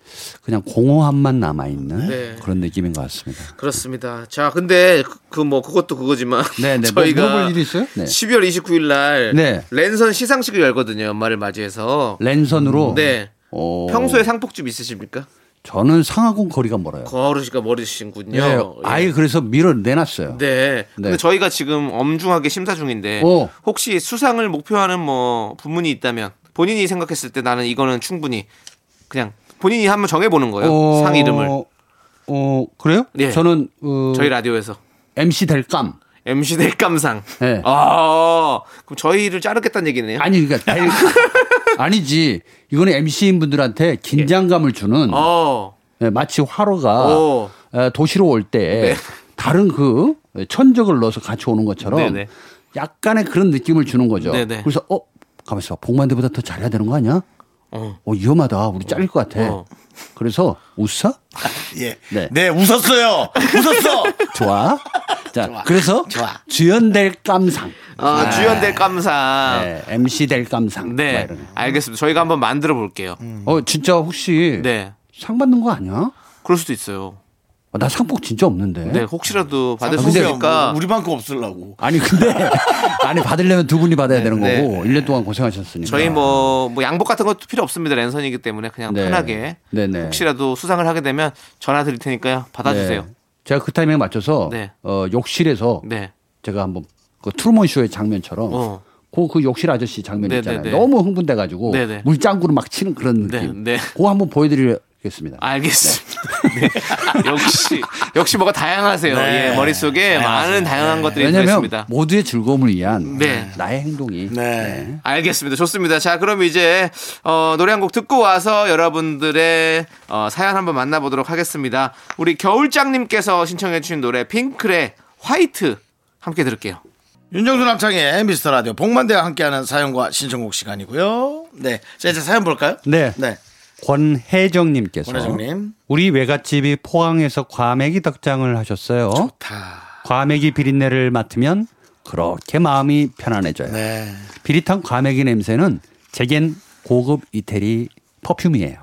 Speaker 6: 그냥 공허함만 남아 있는
Speaker 2: 네.
Speaker 6: 그런 느낌인 것 같습니다.
Speaker 2: 그렇습니다. 자, 근데 그 뭐 그것도 그거지만
Speaker 6: 네, 네. 뭐
Speaker 2: 저희가
Speaker 6: 물어볼 일이 있어요? 네.
Speaker 2: 12월 29일 날
Speaker 6: 네.
Speaker 2: 랜선 시상식을 열거든요. 연말을 맞이해서.
Speaker 6: 랜선으로
Speaker 2: 네.
Speaker 6: 어,
Speaker 2: 평소에 상복집 있으십니까? 거
Speaker 6: 는 상하고 거리가 멀어요.
Speaker 2: 어르시가 머리신군요.
Speaker 6: 예, 아예 그래서 밀어 내놨어요.
Speaker 2: 네. 근데
Speaker 6: 네.
Speaker 2: 저희가 지금 엄중하게 심사 중인데
Speaker 6: 오.
Speaker 2: 혹시 수상을 목표하는 뭐 부문이 있다면 본인이 생각했을 때 나는 이거는 충분히 그냥 본인이 한번 정해보는 거예요.
Speaker 6: 어,
Speaker 2: 상 이름을
Speaker 6: 어 그래요?
Speaker 2: 예.
Speaker 6: 저는 어,
Speaker 2: 저희 라디오에서
Speaker 6: MC 델감
Speaker 2: MC 넷감상.
Speaker 6: 네.
Speaker 2: 아, 그럼 저희를 자르겠다는 얘기네요.
Speaker 6: 아니 그러니까 대- 아니지 이거는 MC인 분들한테 긴장감을 주는
Speaker 2: 어.
Speaker 6: 예, 마치 화로가
Speaker 2: 오.
Speaker 6: 예, 도시로 올 때
Speaker 2: 네.
Speaker 6: 다른 그 천적을 넣어서 같이 오는 것처럼
Speaker 2: 네네.
Speaker 6: 약간의 그런 느낌을 주는 거죠.
Speaker 2: 네네.
Speaker 6: 그래서 어 가만 있어 복만대보다 더 잘해야 되는 거 아니야? 어, 위험하다 우리 잘릴 것 같아.
Speaker 2: 어.
Speaker 6: 그래서 웃어?
Speaker 1: 예. 네.
Speaker 6: 네.
Speaker 1: 웃었어요. 웃었어.
Speaker 6: 좋아. 자 그래서 주연될 감상,
Speaker 2: 아, 주연될 감상.
Speaker 6: 예, MC 될 감상. 막
Speaker 2: 아. 네.
Speaker 6: 뭐 이런.
Speaker 2: 알겠습니다. 저희가 한번 만들어 볼게요.
Speaker 6: 어 진짜 혹시
Speaker 2: 네.
Speaker 6: 상 받는 거 아니야?
Speaker 2: 그럴 수도 있어요.
Speaker 6: 아, 나 상복 진짜 없는데.
Speaker 2: 네, 혹시라도 받을 수
Speaker 1: 근데
Speaker 2: 있으니까.
Speaker 1: 우리만큼 없으려고.
Speaker 6: 아니 근데 아니 받으려면 두 분이 받아야 되는
Speaker 2: 네.
Speaker 6: 거고 일 년 동안 고생하셨으니까.
Speaker 2: 저희 뭐, 뭐 양복 같은 것도 필요 없습니다. 랜선이기 때문에 그냥
Speaker 6: 네.
Speaker 2: 편하게.
Speaker 6: 네네.
Speaker 2: 혹시라도 수상을 하게 되면 전화 드릴 테니까요. 받아주세요.
Speaker 6: 네. 제가 그 타이밍에 맞춰서
Speaker 2: 네.
Speaker 6: 어, 욕실에서
Speaker 2: 네.
Speaker 6: 제가 한번 그 트루먼 쇼의 장면처럼
Speaker 2: 어.
Speaker 6: 그, 그 욕실 아저씨 장면
Speaker 2: 네,
Speaker 6: 있잖아요.
Speaker 2: 네, 네.
Speaker 6: 너무 흥분돼가지고
Speaker 2: 네, 네.
Speaker 6: 물장구로 막 치는 그런
Speaker 2: 네,
Speaker 6: 느낌.
Speaker 2: 네. 아,
Speaker 6: 그거 한번 보여드리겠습니다.
Speaker 2: 알겠습니다. 네. 역시, 역시 뭐가 다양하세요. 예, 머릿속에 많은 다양한 것들이
Speaker 6: 왜냐하면
Speaker 2: 들어있습니다.
Speaker 6: 모두의 즐거움을 위한
Speaker 2: 네.
Speaker 6: 나의 행동이
Speaker 1: 네.
Speaker 2: 알겠습니다. 좋습니다. 자, 그럼 이제 어, 노래 한 곡 듣고 와서 여러분들의 어, 사연 한번 만나보도록 하겠습니다. 우리 겨울장님께서 신청해주신 노래 핑클의 화이트 함께 들을게요.
Speaker 1: 윤정수 남창의 미스터 라디오 복만대와 함께하는 사연과 신청곡 시간이고요. 네. 자, 이제 사연 볼까요?
Speaker 6: 네.
Speaker 1: 네.
Speaker 6: 권혜정님께서
Speaker 1: 권혜정님.
Speaker 6: 우리 외갓집이 포항에서 과메기 닭장을 하셨어요.
Speaker 1: 다.
Speaker 6: 과메기 비린내를 맡으면 그렇게 마음이 편안해져요.
Speaker 1: 네.
Speaker 6: 비릿한 과메기 냄새는 제겐 고급 이태리 퍼퓸이에요.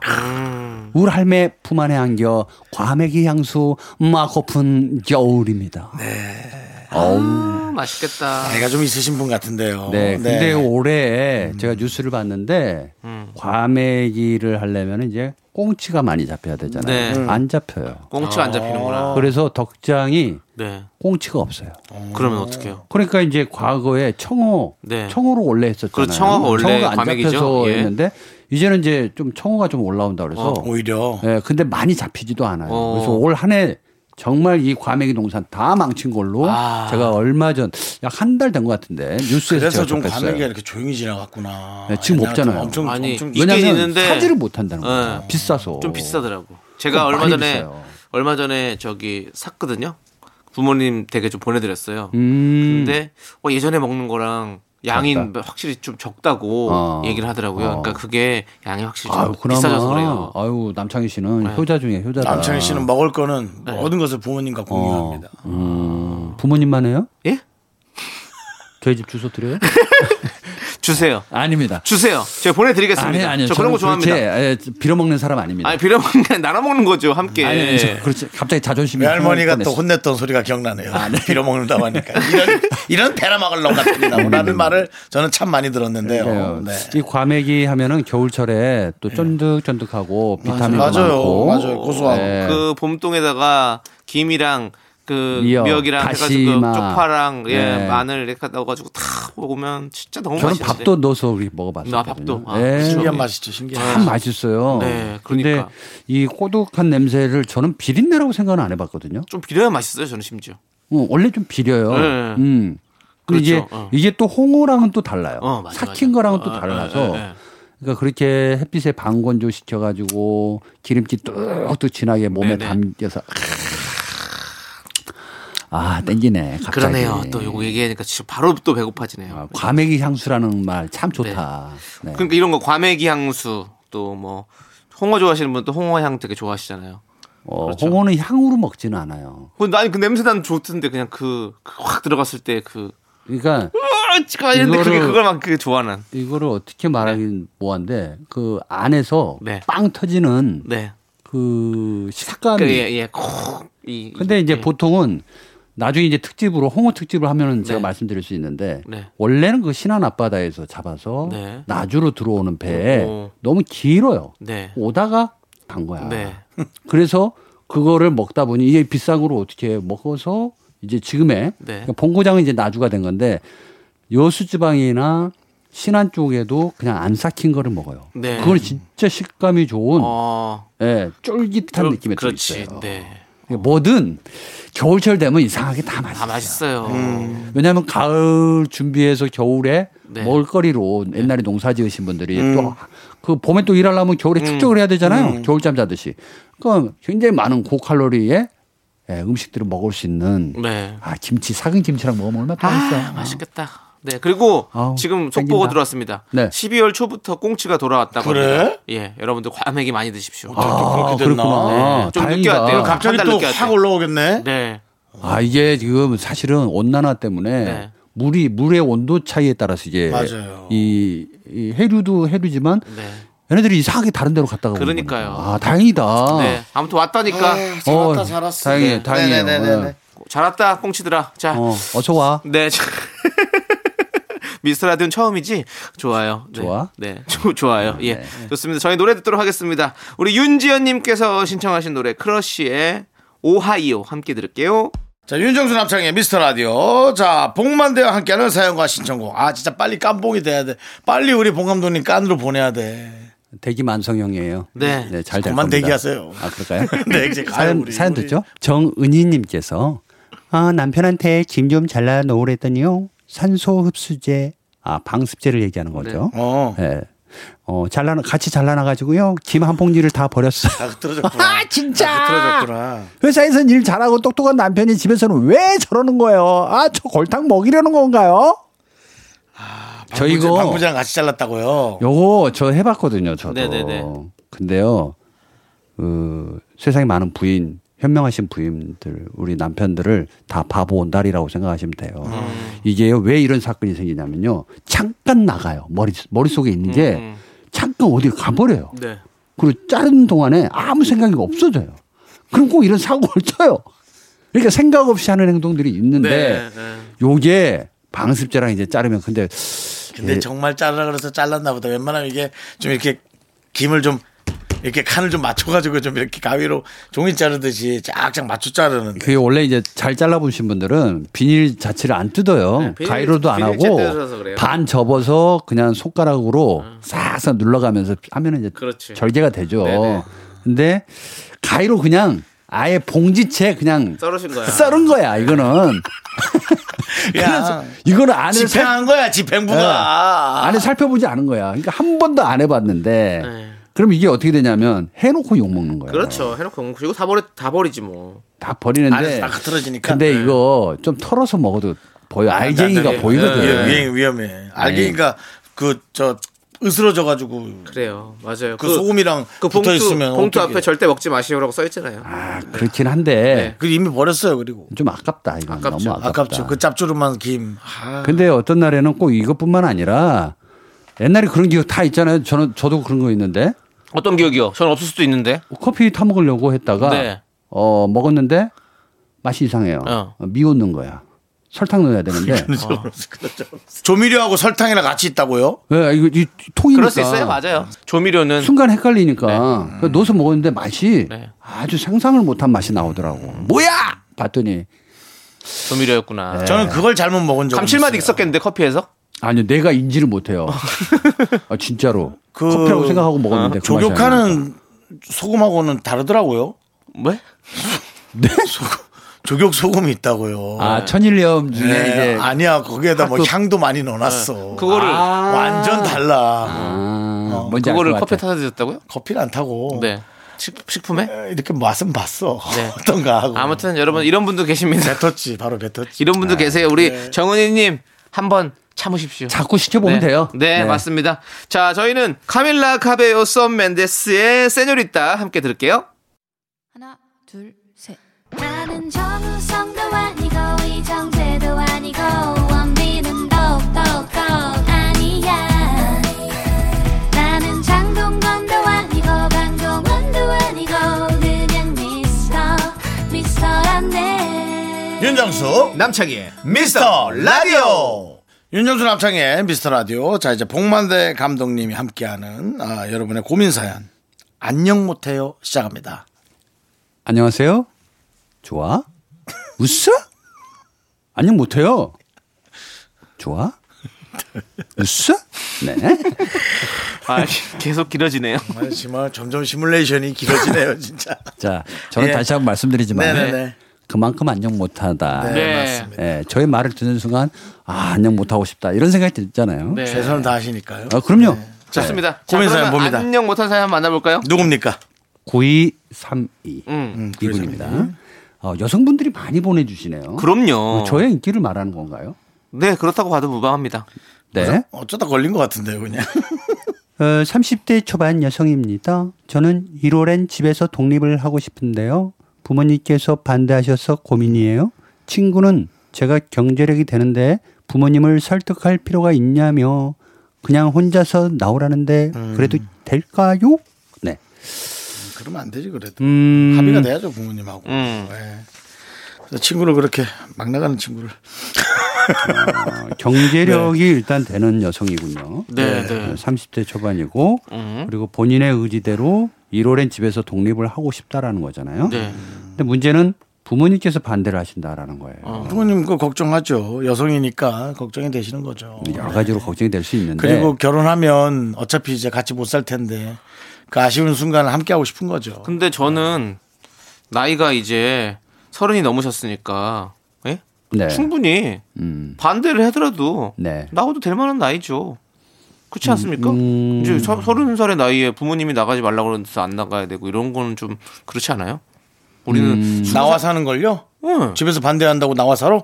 Speaker 6: 울 할매 품 안에 안겨 과메기 향수 마고픈 겨울입니다. 네.
Speaker 2: 아, 맛있겠다.
Speaker 1: 나이가 네. 좀 있으신 분
Speaker 6: 어,
Speaker 1: 같은데요. 네.
Speaker 6: 네, 근데 올해 제가 뉴스를 봤는데 과메기를 하려면 이제 꽁치가 많이 잡혀야 되잖아요.
Speaker 2: 네.
Speaker 6: 안 잡혀요.
Speaker 2: 꽁치가 안 잡히는구나.
Speaker 6: 어. 그래서 덕장이
Speaker 2: 네.
Speaker 6: 꽁치가 없어요.
Speaker 2: 그러면 어떡해요?
Speaker 6: 그러니까 이제 과거에 청어,
Speaker 2: 네.
Speaker 6: 청어로 원래 했었잖아요.
Speaker 2: 그렇죠. 청어가 원래
Speaker 6: 안
Speaker 2: 과메기죠.
Speaker 6: 잡혀서
Speaker 2: 예.
Speaker 6: 했는데 이제는 이제 좀 청어가 좀 올라온다 그래서
Speaker 1: 오히려
Speaker 6: 예, 근데 많이 잡히지도 않아요.
Speaker 2: 어.
Speaker 6: 그래서 올 한 해 정말 이 과메기 농산 다 망친 걸로
Speaker 2: 아.
Speaker 6: 제가 얼마 전 약 한 달 된 것 같은데 뉴스에서
Speaker 1: 그래서
Speaker 6: 네, 제가
Speaker 1: 좀
Speaker 6: 접했어요.
Speaker 1: 과메기가 이렇게 조용히 지나갔구나.
Speaker 6: 네, 지금
Speaker 1: 옛날 같으면
Speaker 6: 없잖아요.
Speaker 1: 엄청
Speaker 2: 아니,
Speaker 1: 엄청
Speaker 2: 있긴
Speaker 6: 왜냐면
Speaker 2: 있는데
Speaker 6: 사지를 못 한다는
Speaker 2: 예.
Speaker 6: 거예요. 비싸서.
Speaker 2: 좀 비싸더라고. 제가
Speaker 6: 좀
Speaker 2: 얼마
Speaker 6: 많이
Speaker 2: 전에
Speaker 6: 비싸요.
Speaker 2: 얼마 전에 저기 샀거든요. 부모님 댁에 좀 보내드렸어요.
Speaker 6: 음.
Speaker 2: 근데 어, 예전에 먹는 거랑 양이
Speaker 6: 적다.
Speaker 2: 확실히 좀 적다고
Speaker 6: 어.
Speaker 2: 얘기를 하더라고요.
Speaker 6: 어.
Speaker 2: 그러니까 그게 양이 확실히 좀
Speaker 6: 아유, 그나마
Speaker 2: 비싸져서 그래요. 네.
Speaker 6: 아유, 남창희 씨는 효자 중에 효자다.
Speaker 1: 남창희 씨는 먹을 거는
Speaker 6: 네.
Speaker 1: 얻은 것을 부모님과
Speaker 6: 어.
Speaker 1: 공유합니다.
Speaker 6: 음. 부모님만 해요?
Speaker 2: 예?
Speaker 6: 저희 집 주소 드려요?
Speaker 2: 주세요.
Speaker 6: 아닙니다.
Speaker 2: 주세요. 제가 보내드리겠습니다.
Speaker 6: 아니 아니요.
Speaker 2: 저 그런 거
Speaker 6: 저는
Speaker 2: 좋아합니다.
Speaker 6: 그렇게, 예, 빌어먹는 사람 아닙니다.
Speaker 2: 아니 빌어먹는 게 아니라 나눠 먹는 거죠. 함께.
Speaker 6: 아니, 저 그렇지. 갑자기 자존심이
Speaker 1: 예. 외할머니가 또
Speaker 6: 상할 뻔했어. 아,
Speaker 1: 혼냈던 소리가 기억나네요. 빌어먹는다고 하니까. 이런, 이런 베라 막을 놈 같은 나무라는
Speaker 6: 음.
Speaker 1: 말을 저는 참 많이 들었는데요.
Speaker 6: 그래요.
Speaker 1: 네.
Speaker 6: 예. 이 과메기 하면은 겨울철에 또 쫀득쫀득하고 비타민
Speaker 1: 맞아요.
Speaker 6: 많고
Speaker 1: 맞아요. 고소하고.
Speaker 6: 예.
Speaker 2: 그 봄동에다가 김이랑 그
Speaker 6: 미역,
Speaker 2: 미역이랑 해가지고
Speaker 6: 다시마.
Speaker 2: 그 쪽파랑 예
Speaker 6: 네.
Speaker 2: 마늘 이렇게 넣어가지고 탁 먹으면 진짜 너무
Speaker 6: 저는
Speaker 2: 맛있는데.
Speaker 6: 밥도 넣어서 우리 먹어봤어요. 예.
Speaker 2: 아, 밥도. 아,
Speaker 1: 신기한 맛이죠. 신기한.
Speaker 6: 참 맛있어요.
Speaker 2: 네,
Speaker 6: 근데
Speaker 2: 그러니까.
Speaker 6: 이 꼬독한 냄새를 저는 비린내라고 생각은 안 해봤거든요.
Speaker 2: 좀 비려야 맛있어요. 저는 심지어.
Speaker 6: 어, 원래 좀 비려요.
Speaker 2: 네.
Speaker 6: 음. 근데
Speaker 2: 그렇죠.
Speaker 6: 이게
Speaker 2: 어.
Speaker 6: 이게 또 홍어랑은 또 달라요.
Speaker 2: 어, 맞아,
Speaker 6: 삭힌
Speaker 2: 맞아.
Speaker 6: 거랑은 또
Speaker 2: 어, 어,
Speaker 6: 달라서.
Speaker 2: 어, 어, 어.
Speaker 6: 그러니까 그렇게 햇빛에 방건조 시켜가지고 기름기 뚝뚝 진하게 몸에
Speaker 2: 네네.
Speaker 6: 담겨서 아 땡기네. 갑자기.
Speaker 2: 그러네요. 또 요거 얘기하니까 진짜 바로 또 배고파지네요.
Speaker 6: 아, 과메기 향수라는 말 참 좋다. 네.
Speaker 2: 그러니까 이런 거 과메기 향수 또 뭐 홍어 좋아하시는 분 또 홍어 향 되게 좋아하시잖아요.
Speaker 6: 어,
Speaker 2: 그렇죠.
Speaker 6: 홍어는 향으로 먹지는 않아요.
Speaker 2: 그 난 그 냄새 난 좋던데 그냥 그 확 들어갔을 때그
Speaker 6: 그러니까
Speaker 2: 아, 지금 이런데 그게
Speaker 6: 이거를-
Speaker 2: 그걸 막 그게 좋아하는.
Speaker 6: 이거를 어떻게 말하긴 뭐한데 그 안에서
Speaker 2: 네.
Speaker 6: 빵 터지는
Speaker 2: 네.
Speaker 6: 그 식감이
Speaker 2: 그 예, 예. 콕. 이
Speaker 6: 근데 이제
Speaker 2: 예.
Speaker 6: 보통은 나중에 이제 특집으로 홍어 특집을 하면은 제가
Speaker 2: 네.
Speaker 6: 말씀드릴 수 있는데
Speaker 2: 네.
Speaker 6: 원래는 그 신안 앞바다에서 잡아서
Speaker 2: 네.
Speaker 6: 나주로 들어오는 배에
Speaker 2: 오.
Speaker 6: 너무 길어요.
Speaker 2: 네.
Speaker 6: 오다가 간 거야.
Speaker 2: 네.
Speaker 6: 그래서 그거를 먹다 보니 이게 비싼 거로 어떻게 먹어서 이제 지금의
Speaker 2: 네.
Speaker 6: 그러니까 본고장은 이제 나주가 된 건데 여수지방이나 신안 쪽에도 그냥 안 삭힌 거를 먹어요.
Speaker 2: 네.
Speaker 6: 그건 진짜 식감이 좋은
Speaker 2: 어.
Speaker 6: 예, 쫄깃한
Speaker 2: 그럼-
Speaker 6: 느낌이 또
Speaker 2: 그렇지.
Speaker 6: 있어요.
Speaker 2: 네.
Speaker 6: 뭐든 겨울철 되면 이상하게 다 맛있어요.
Speaker 2: 아 맛있어요.
Speaker 6: 왜냐하면 가을 준비해서 겨울에
Speaker 2: 네.
Speaker 6: 먹을거리로 옛날에 농사 지으신 분들이 또 그 봄에 또 일하려면 겨울에 축적을 해야 되잖아요. 겨울잠 자듯이. 그러니까 굉장히 많은 고칼로리의 예, 음식들을 먹을 수 있는
Speaker 2: 네.
Speaker 6: 아 김치 사근 김치랑 먹으면 얼마나 맛있어.
Speaker 2: 아, 맛있겠다. 네 그리고
Speaker 6: 아우,
Speaker 2: 지금
Speaker 6: 땡긴다.
Speaker 2: 속보가 들어왔습니다.
Speaker 6: 네.
Speaker 2: 12월 초부터 꽁치가 돌아왔다고
Speaker 1: 그래?
Speaker 2: 합니다. 예, 여러분들 과메기 많이 드십시오.
Speaker 6: 아,
Speaker 1: 그렇게 됐나?
Speaker 6: 그렇구나.
Speaker 2: 네, 좀
Speaker 6: 다행이다.
Speaker 2: 늦게 왔대요. 가-
Speaker 1: 갑자기
Speaker 2: 한 달로
Speaker 1: 또
Speaker 2: 껴야 돼.
Speaker 1: 확 올라오겠네.
Speaker 2: 네,
Speaker 6: 아 이게 지금 사실은 온난화 때문에
Speaker 2: 네.
Speaker 6: 물이 물의 온도 차이에 따라서 이게
Speaker 1: 맞아요.
Speaker 6: 이, 이 해류도 해류지만
Speaker 2: 네,
Speaker 6: 얘네들이 이상하게 다른 데로 갔다가 오는
Speaker 2: 그러니까요.
Speaker 6: 거니까. 아 다행이다.
Speaker 2: 네. 아무튼 왔다니까
Speaker 6: 살았다,
Speaker 1: 살았어.
Speaker 6: 다행이에요. 다행이에요.
Speaker 1: 네네네네.
Speaker 6: 예.
Speaker 2: 잘 왔다 꽁치들아. 자,
Speaker 6: 어, 어서 와.
Speaker 2: 네. 자- 미스터 라디오는 처음이지? 좋아요. 네.
Speaker 6: 좋아?
Speaker 2: 네. 조- 좋아요. 예.
Speaker 1: 네.
Speaker 2: 좋습니다. 저희 노래 듣도록 하겠습니다. 우리 윤지연님께서 신청하신 노래, 크러쉬의 오하이오 함께 들을게요.
Speaker 1: 자, 윤정수 남창의 미스터 라디오. 자, 복만대와 함께하는 사연과 신청곡. 아, 진짜 빨리 깐봉이 돼야 돼. 빨리 우리 봉 감독님 깐으로 보내야 돼.
Speaker 6: 대기 만성형이에요.
Speaker 2: 네.
Speaker 6: 잘될
Speaker 1: 그만
Speaker 6: 겁니다.
Speaker 1: 대기하세요.
Speaker 6: 아 그럴까요?
Speaker 1: 네, 이제 가요,
Speaker 6: 사연
Speaker 1: 우리.
Speaker 6: 사연
Speaker 1: 우리.
Speaker 6: 듣죠? 정은희님께서 아, 남편한테 짐 좀 잘라 놓으랬더니요 산소 흡수제 아 방습제를 얘기하는 거죠.
Speaker 1: 어.
Speaker 6: 네. 어, 잘라 같이 잘라놔가지고요. 김 한 봉지를 다 버렸어.
Speaker 1: 아, 틀어졌구나. 아,
Speaker 6: 진짜.
Speaker 1: 틀어졌구나.
Speaker 6: 회사에서는 일 잘하고 똑똑한 남편이 집에서는 왜 저러는 거예요? 아, 저 골탕 먹이려는 건가요? 저 이거-
Speaker 1: 아, 방부장 같이 잘랐다고요.
Speaker 6: 요거 저 해봤거든요, 저도.
Speaker 2: 네네네.
Speaker 6: 근데요, 그 세상에 많은 부인, 현명하신 부인들, 우리 남편들을 다 바보 온달이라고 생각하시면 돼요.
Speaker 2: 음.
Speaker 6: 이게요, 왜 이런 사건이 생기냐면요. 잠깐 나가요. 머리, 머릿속에 있는 게 잠깐 어디 가버려요.
Speaker 2: 음, 네.
Speaker 6: 그리고 자르는 동안에 아무 생각이 없어져요. 그럼 꼭 이런 사고를 쳐요. 그러니까 생각 없이 하는 행동들이 있는데
Speaker 2: 네, 네.
Speaker 6: 요게 방습제랑 이제 자르면 근데
Speaker 1: 근데
Speaker 6: 예.
Speaker 1: 정말 잘라 그래서 잘랐나 보다. 웬만하면 이게 좀 이렇게 김을 좀 이렇게 칸을 좀 맞춰가지고 좀 이렇게 가위로 종이 자르듯이 쫙쫙 맞춰 자르는데.
Speaker 6: 그게 원래 이제 잘 잘라보신 분들은 비닐 자체를 안 뜯어요.
Speaker 2: 네, 비닐-
Speaker 6: 가위로도 안
Speaker 2: 비닐째
Speaker 6: 하고
Speaker 2: 뜯어서 그래요. 음.
Speaker 6: 반 접어서 그냥 손가락으로 싹싹 눌러가면서 하면 이제
Speaker 2: 그렇지.
Speaker 6: 절개가 되죠.
Speaker 2: 네네.
Speaker 6: 근데 가위로 그냥 아예 봉지채 그냥
Speaker 2: 썰으신 거야.
Speaker 6: 썰은 거야 이거는. 그래서 이거는 안에 살,
Speaker 1: 집행한 거야, 집행부가.
Speaker 6: 안에 살펴보지 않은 거야. 그러니까 한 번도 안 해봤는데.
Speaker 2: 네.
Speaker 6: 그럼 이게 어떻게 되냐면 해놓고 욕 먹는 거야.
Speaker 2: 그렇죠.
Speaker 1: 네.
Speaker 2: 해놓고 그리고 다 버리 다 버리지 뭐.
Speaker 6: 다 버리는데.
Speaker 1: 안에서 다
Speaker 2: 그러니까
Speaker 1: 흐트러지니까.
Speaker 6: 근데
Speaker 2: 네.
Speaker 6: 이거 좀 털어서 먹어도
Speaker 2: 아,
Speaker 6: 보여. 알갱이가
Speaker 1: 네.
Speaker 6: 보이거든.
Speaker 2: 예,
Speaker 1: 위험, 위험, 위험해. 알갱이가 그 저 으스러져가지고
Speaker 2: 그래요. 맞아요.
Speaker 1: 그 소금이랑
Speaker 2: 그 봉투
Speaker 1: 붙어 있으면
Speaker 2: 봉투
Speaker 1: 어떡해.
Speaker 2: 앞에 절대 먹지 마시오라고 써 있잖아요.
Speaker 6: 아 그렇긴 한데
Speaker 1: 그 이미 버렸어요. 그리고
Speaker 6: 좀 아깝다. 이건
Speaker 2: 네. 아깝죠.
Speaker 6: 너무 아깝다.
Speaker 1: 아깝죠. 그 짭조름한 김.
Speaker 6: 근데 어떤 날에는 꼭 이것뿐만 아니라 옛날에 그런 기억 다 있잖아요. 저는 저도 그런 거 있는데
Speaker 2: 어떤 기억이요? 저는 없을 수도 있는데.
Speaker 6: 커피 타 먹으려고
Speaker 1: 아,
Speaker 6: 했다가
Speaker 2: 네.
Speaker 6: 어 먹었는데 맛이 이상해요.
Speaker 2: 어. 그렇죠.
Speaker 6: 미웠는 거야. 설탕 넣어야 되는데.
Speaker 1: 조미료하고 설탕이랑 같이 있다고요?
Speaker 6: 네, 이거 이 통이니까.
Speaker 2: 그럴 수
Speaker 1: 그러니까.
Speaker 2: 있어요. 맞아요. 조미료는
Speaker 6: 순간 헷갈리니까 그래서 넣어서 먹었는데 맛이
Speaker 2: 네.
Speaker 6: 아주 상상을 못한 맛이 나오더라고. 뭐야? 봤더니
Speaker 2: 조미료였구나.
Speaker 1: 네. 저는 그걸 잘못 먹은 적이
Speaker 2: 감칠맛
Speaker 1: 있어요.
Speaker 2: 있었겠는데 커피에서?
Speaker 6: 아니 내가 인지를 못해요. 아, 진짜로
Speaker 1: 그
Speaker 6: 커피라고 생각하고 먹었는데 그 맛이 아니야.
Speaker 1: 조격하는 소금하고는 다르더라고요.
Speaker 2: 왜?
Speaker 1: 조격 소금이 있다고요.
Speaker 6: 아 천일염 중에
Speaker 1: 네,
Speaker 6: 이제
Speaker 1: 아니야 거기에다 뭐
Speaker 6: 그-
Speaker 1: 향도 많이 넣어놨어.
Speaker 2: 그거를
Speaker 1: 완전 달라.
Speaker 6: 아, 뭔지
Speaker 2: 어, 그거를
Speaker 6: 알것
Speaker 2: 커피
Speaker 6: 같아.
Speaker 2: 타서 드셨다고요?
Speaker 1: 커피를 안 타고
Speaker 2: 네. 식, 식품에?
Speaker 1: 네, 이렇게 맛은 봤어.
Speaker 2: 네.
Speaker 1: 어떤가 하고.
Speaker 2: 아무튼 여러분 이런 분도 계십니다.
Speaker 1: 뱉었지 바로 뱉었지.
Speaker 2: 이런 분도 계세요. 우리 정은희님 한번 참으십시오.
Speaker 6: 네. 자꾸 시켜보면
Speaker 2: 네.
Speaker 6: 돼요.
Speaker 2: 네,
Speaker 6: 네.
Speaker 2: 맞습니다. 자, 저희는 카밀라 카베요 썸 멘데스의 세뇨리따 함께 들을게요.
Speaker 4: 하나 둘 셋. 나는 정우성도 아니고 이정재도 아니고 원빈은 더욱더 아니야 나는 장동건도 아니고 강동원도 아니고 그냥 미스터 미스터란데
Speaker 1: 윤정수
Speaker 2: 남창희의
Speaker 1: 미스터 라디오. 윤정수 남창의 미스터 라디오. 자 이제 복만대 감독님이 함께하는 아, 여러분의 고민 사연 안녕 못해요 시작합니다.
Speaker 6: 안녕하세요. 좋아? 웃어? 안녕 못해요. 좋아? 웃어? 네.
Speaker 2: 아, 계속 길어지네요.
Speaker 1: 아, 정말 점점 시뮬레이션이 길어지네요, 진짜.
Speaker 6: 자, 저는
Speaker 2: 네.
Speaker 1: 예.
Speaker 6: 다시 한번 말씀드리지만
Speaker 1: 네네네.
Speaker 6: 그만큼 안녕
Speaker 1: 네,
Speaker 6: 못하다.
Speaker 2: 네.
Speaker 1: 맞습니다.
Speaker 6: 예, 저의 말을 듣는 순간 아 안녕 못하고 싶다 이런 생각이 들잖아요.
Speaker 2: 네.
Speaker 1: 최선을 다하시니까요.
Speaker 6: 아, 그럼요.
Speaker 2: 좋습니다.
Speaker 1: 고민 사연
Speaker 2: 그러면
Speaker 1: 봅니다.
Speaker 2: 안녕 못한 사연 한번 만나볼까요?
Speaker 6: 네.
Speaker 1: 누굽니까?
Speaker 6: 9232
Speaker 2: 음.
Speaker 6: 이분입니다. 어, 여성분들이 많이 보내주시네요. 뭐
Speaker 2: 그럼요. 어.
Speaker 6: 저의 인기를 말하는 건가요?
Speaker 2: 네, 그렇다고 봐도 무방합니다.
Speaker 6: 네.
Speaker 1: 어쩌다 걸린 것 같은데요, 그냥.
Speaker 6: 어, 30대 초반 여성입니다. 저는 1월엔 집에서 독립을 하고 싶은데요. 부모님께서 반대하셔서 고민이에요. 친구는 제가 경제력이 되는데 부모님을 설득할 필요가 있냐며 그냥 혼자서 나오라는데 그래도 될까요? 네.
Speaker 1: 그러면 안 되지, 그래도.
Speaker 6: 음,
Speaker 1: 합의가 돼야죠, 부모님하고.
Speaker 2: 음.
Speaker 1: 예. 그래서 친구를 그렇게 막 나가는 친구를.
Speaker 6: 어, 경제력이 일단 되는 여성이군요.
Speaker 2: 네, 네. 음.
Speaker 6: 30대 초반이고 그리고 본인의 의지대로 1월엔 집에서 독립을 하고 싶다라는 거잖아요.
Speaker 2: 네.
Speaker 6: 근데 문제는 부모님께서 반대를 하신다라는 거예요.
Speaker 2: 어.
Speaker 1: 부모님 그 걱정하죠. 여성이니까 걱정이 되시는 거죠.
Speaker 2: 네.
Speaker 6: 여러 가지로 걱정이 될 수 있는데
Speaker 1: 그리고 결혼하면 어차피 이제 같이 못 살 텐데 그 아쉬운 순간을 함께 하고 싶은 거죠.
Speaker 2: 근데 저는 나이가 이제 서른이 넘으셨으니까 예?
Speaker 6: 네.
Speaker 2: 충분히
Speaker 6: 음.
Speaker 2: 반대를 하더라도
Speaker 6: 네.
Speaker 2: 나와도 될 만한 나이죠. 그렇지 않습니까?
Speaker 6: 음.
Speaker 2: 이제 서- 서른 살의 나이에 부모님이 나가지 말라고 그러는데서 안 나가야 되고 이런 거는 좀 그렇지 않아요?
Speaker 6: 음.
Speaker 2: 우리는 수-
Speaker 1: 음. 나와 사는 걸요?
Speaker 2: 응.
Speaker 1: 집에서 반대한다고 나와 살아?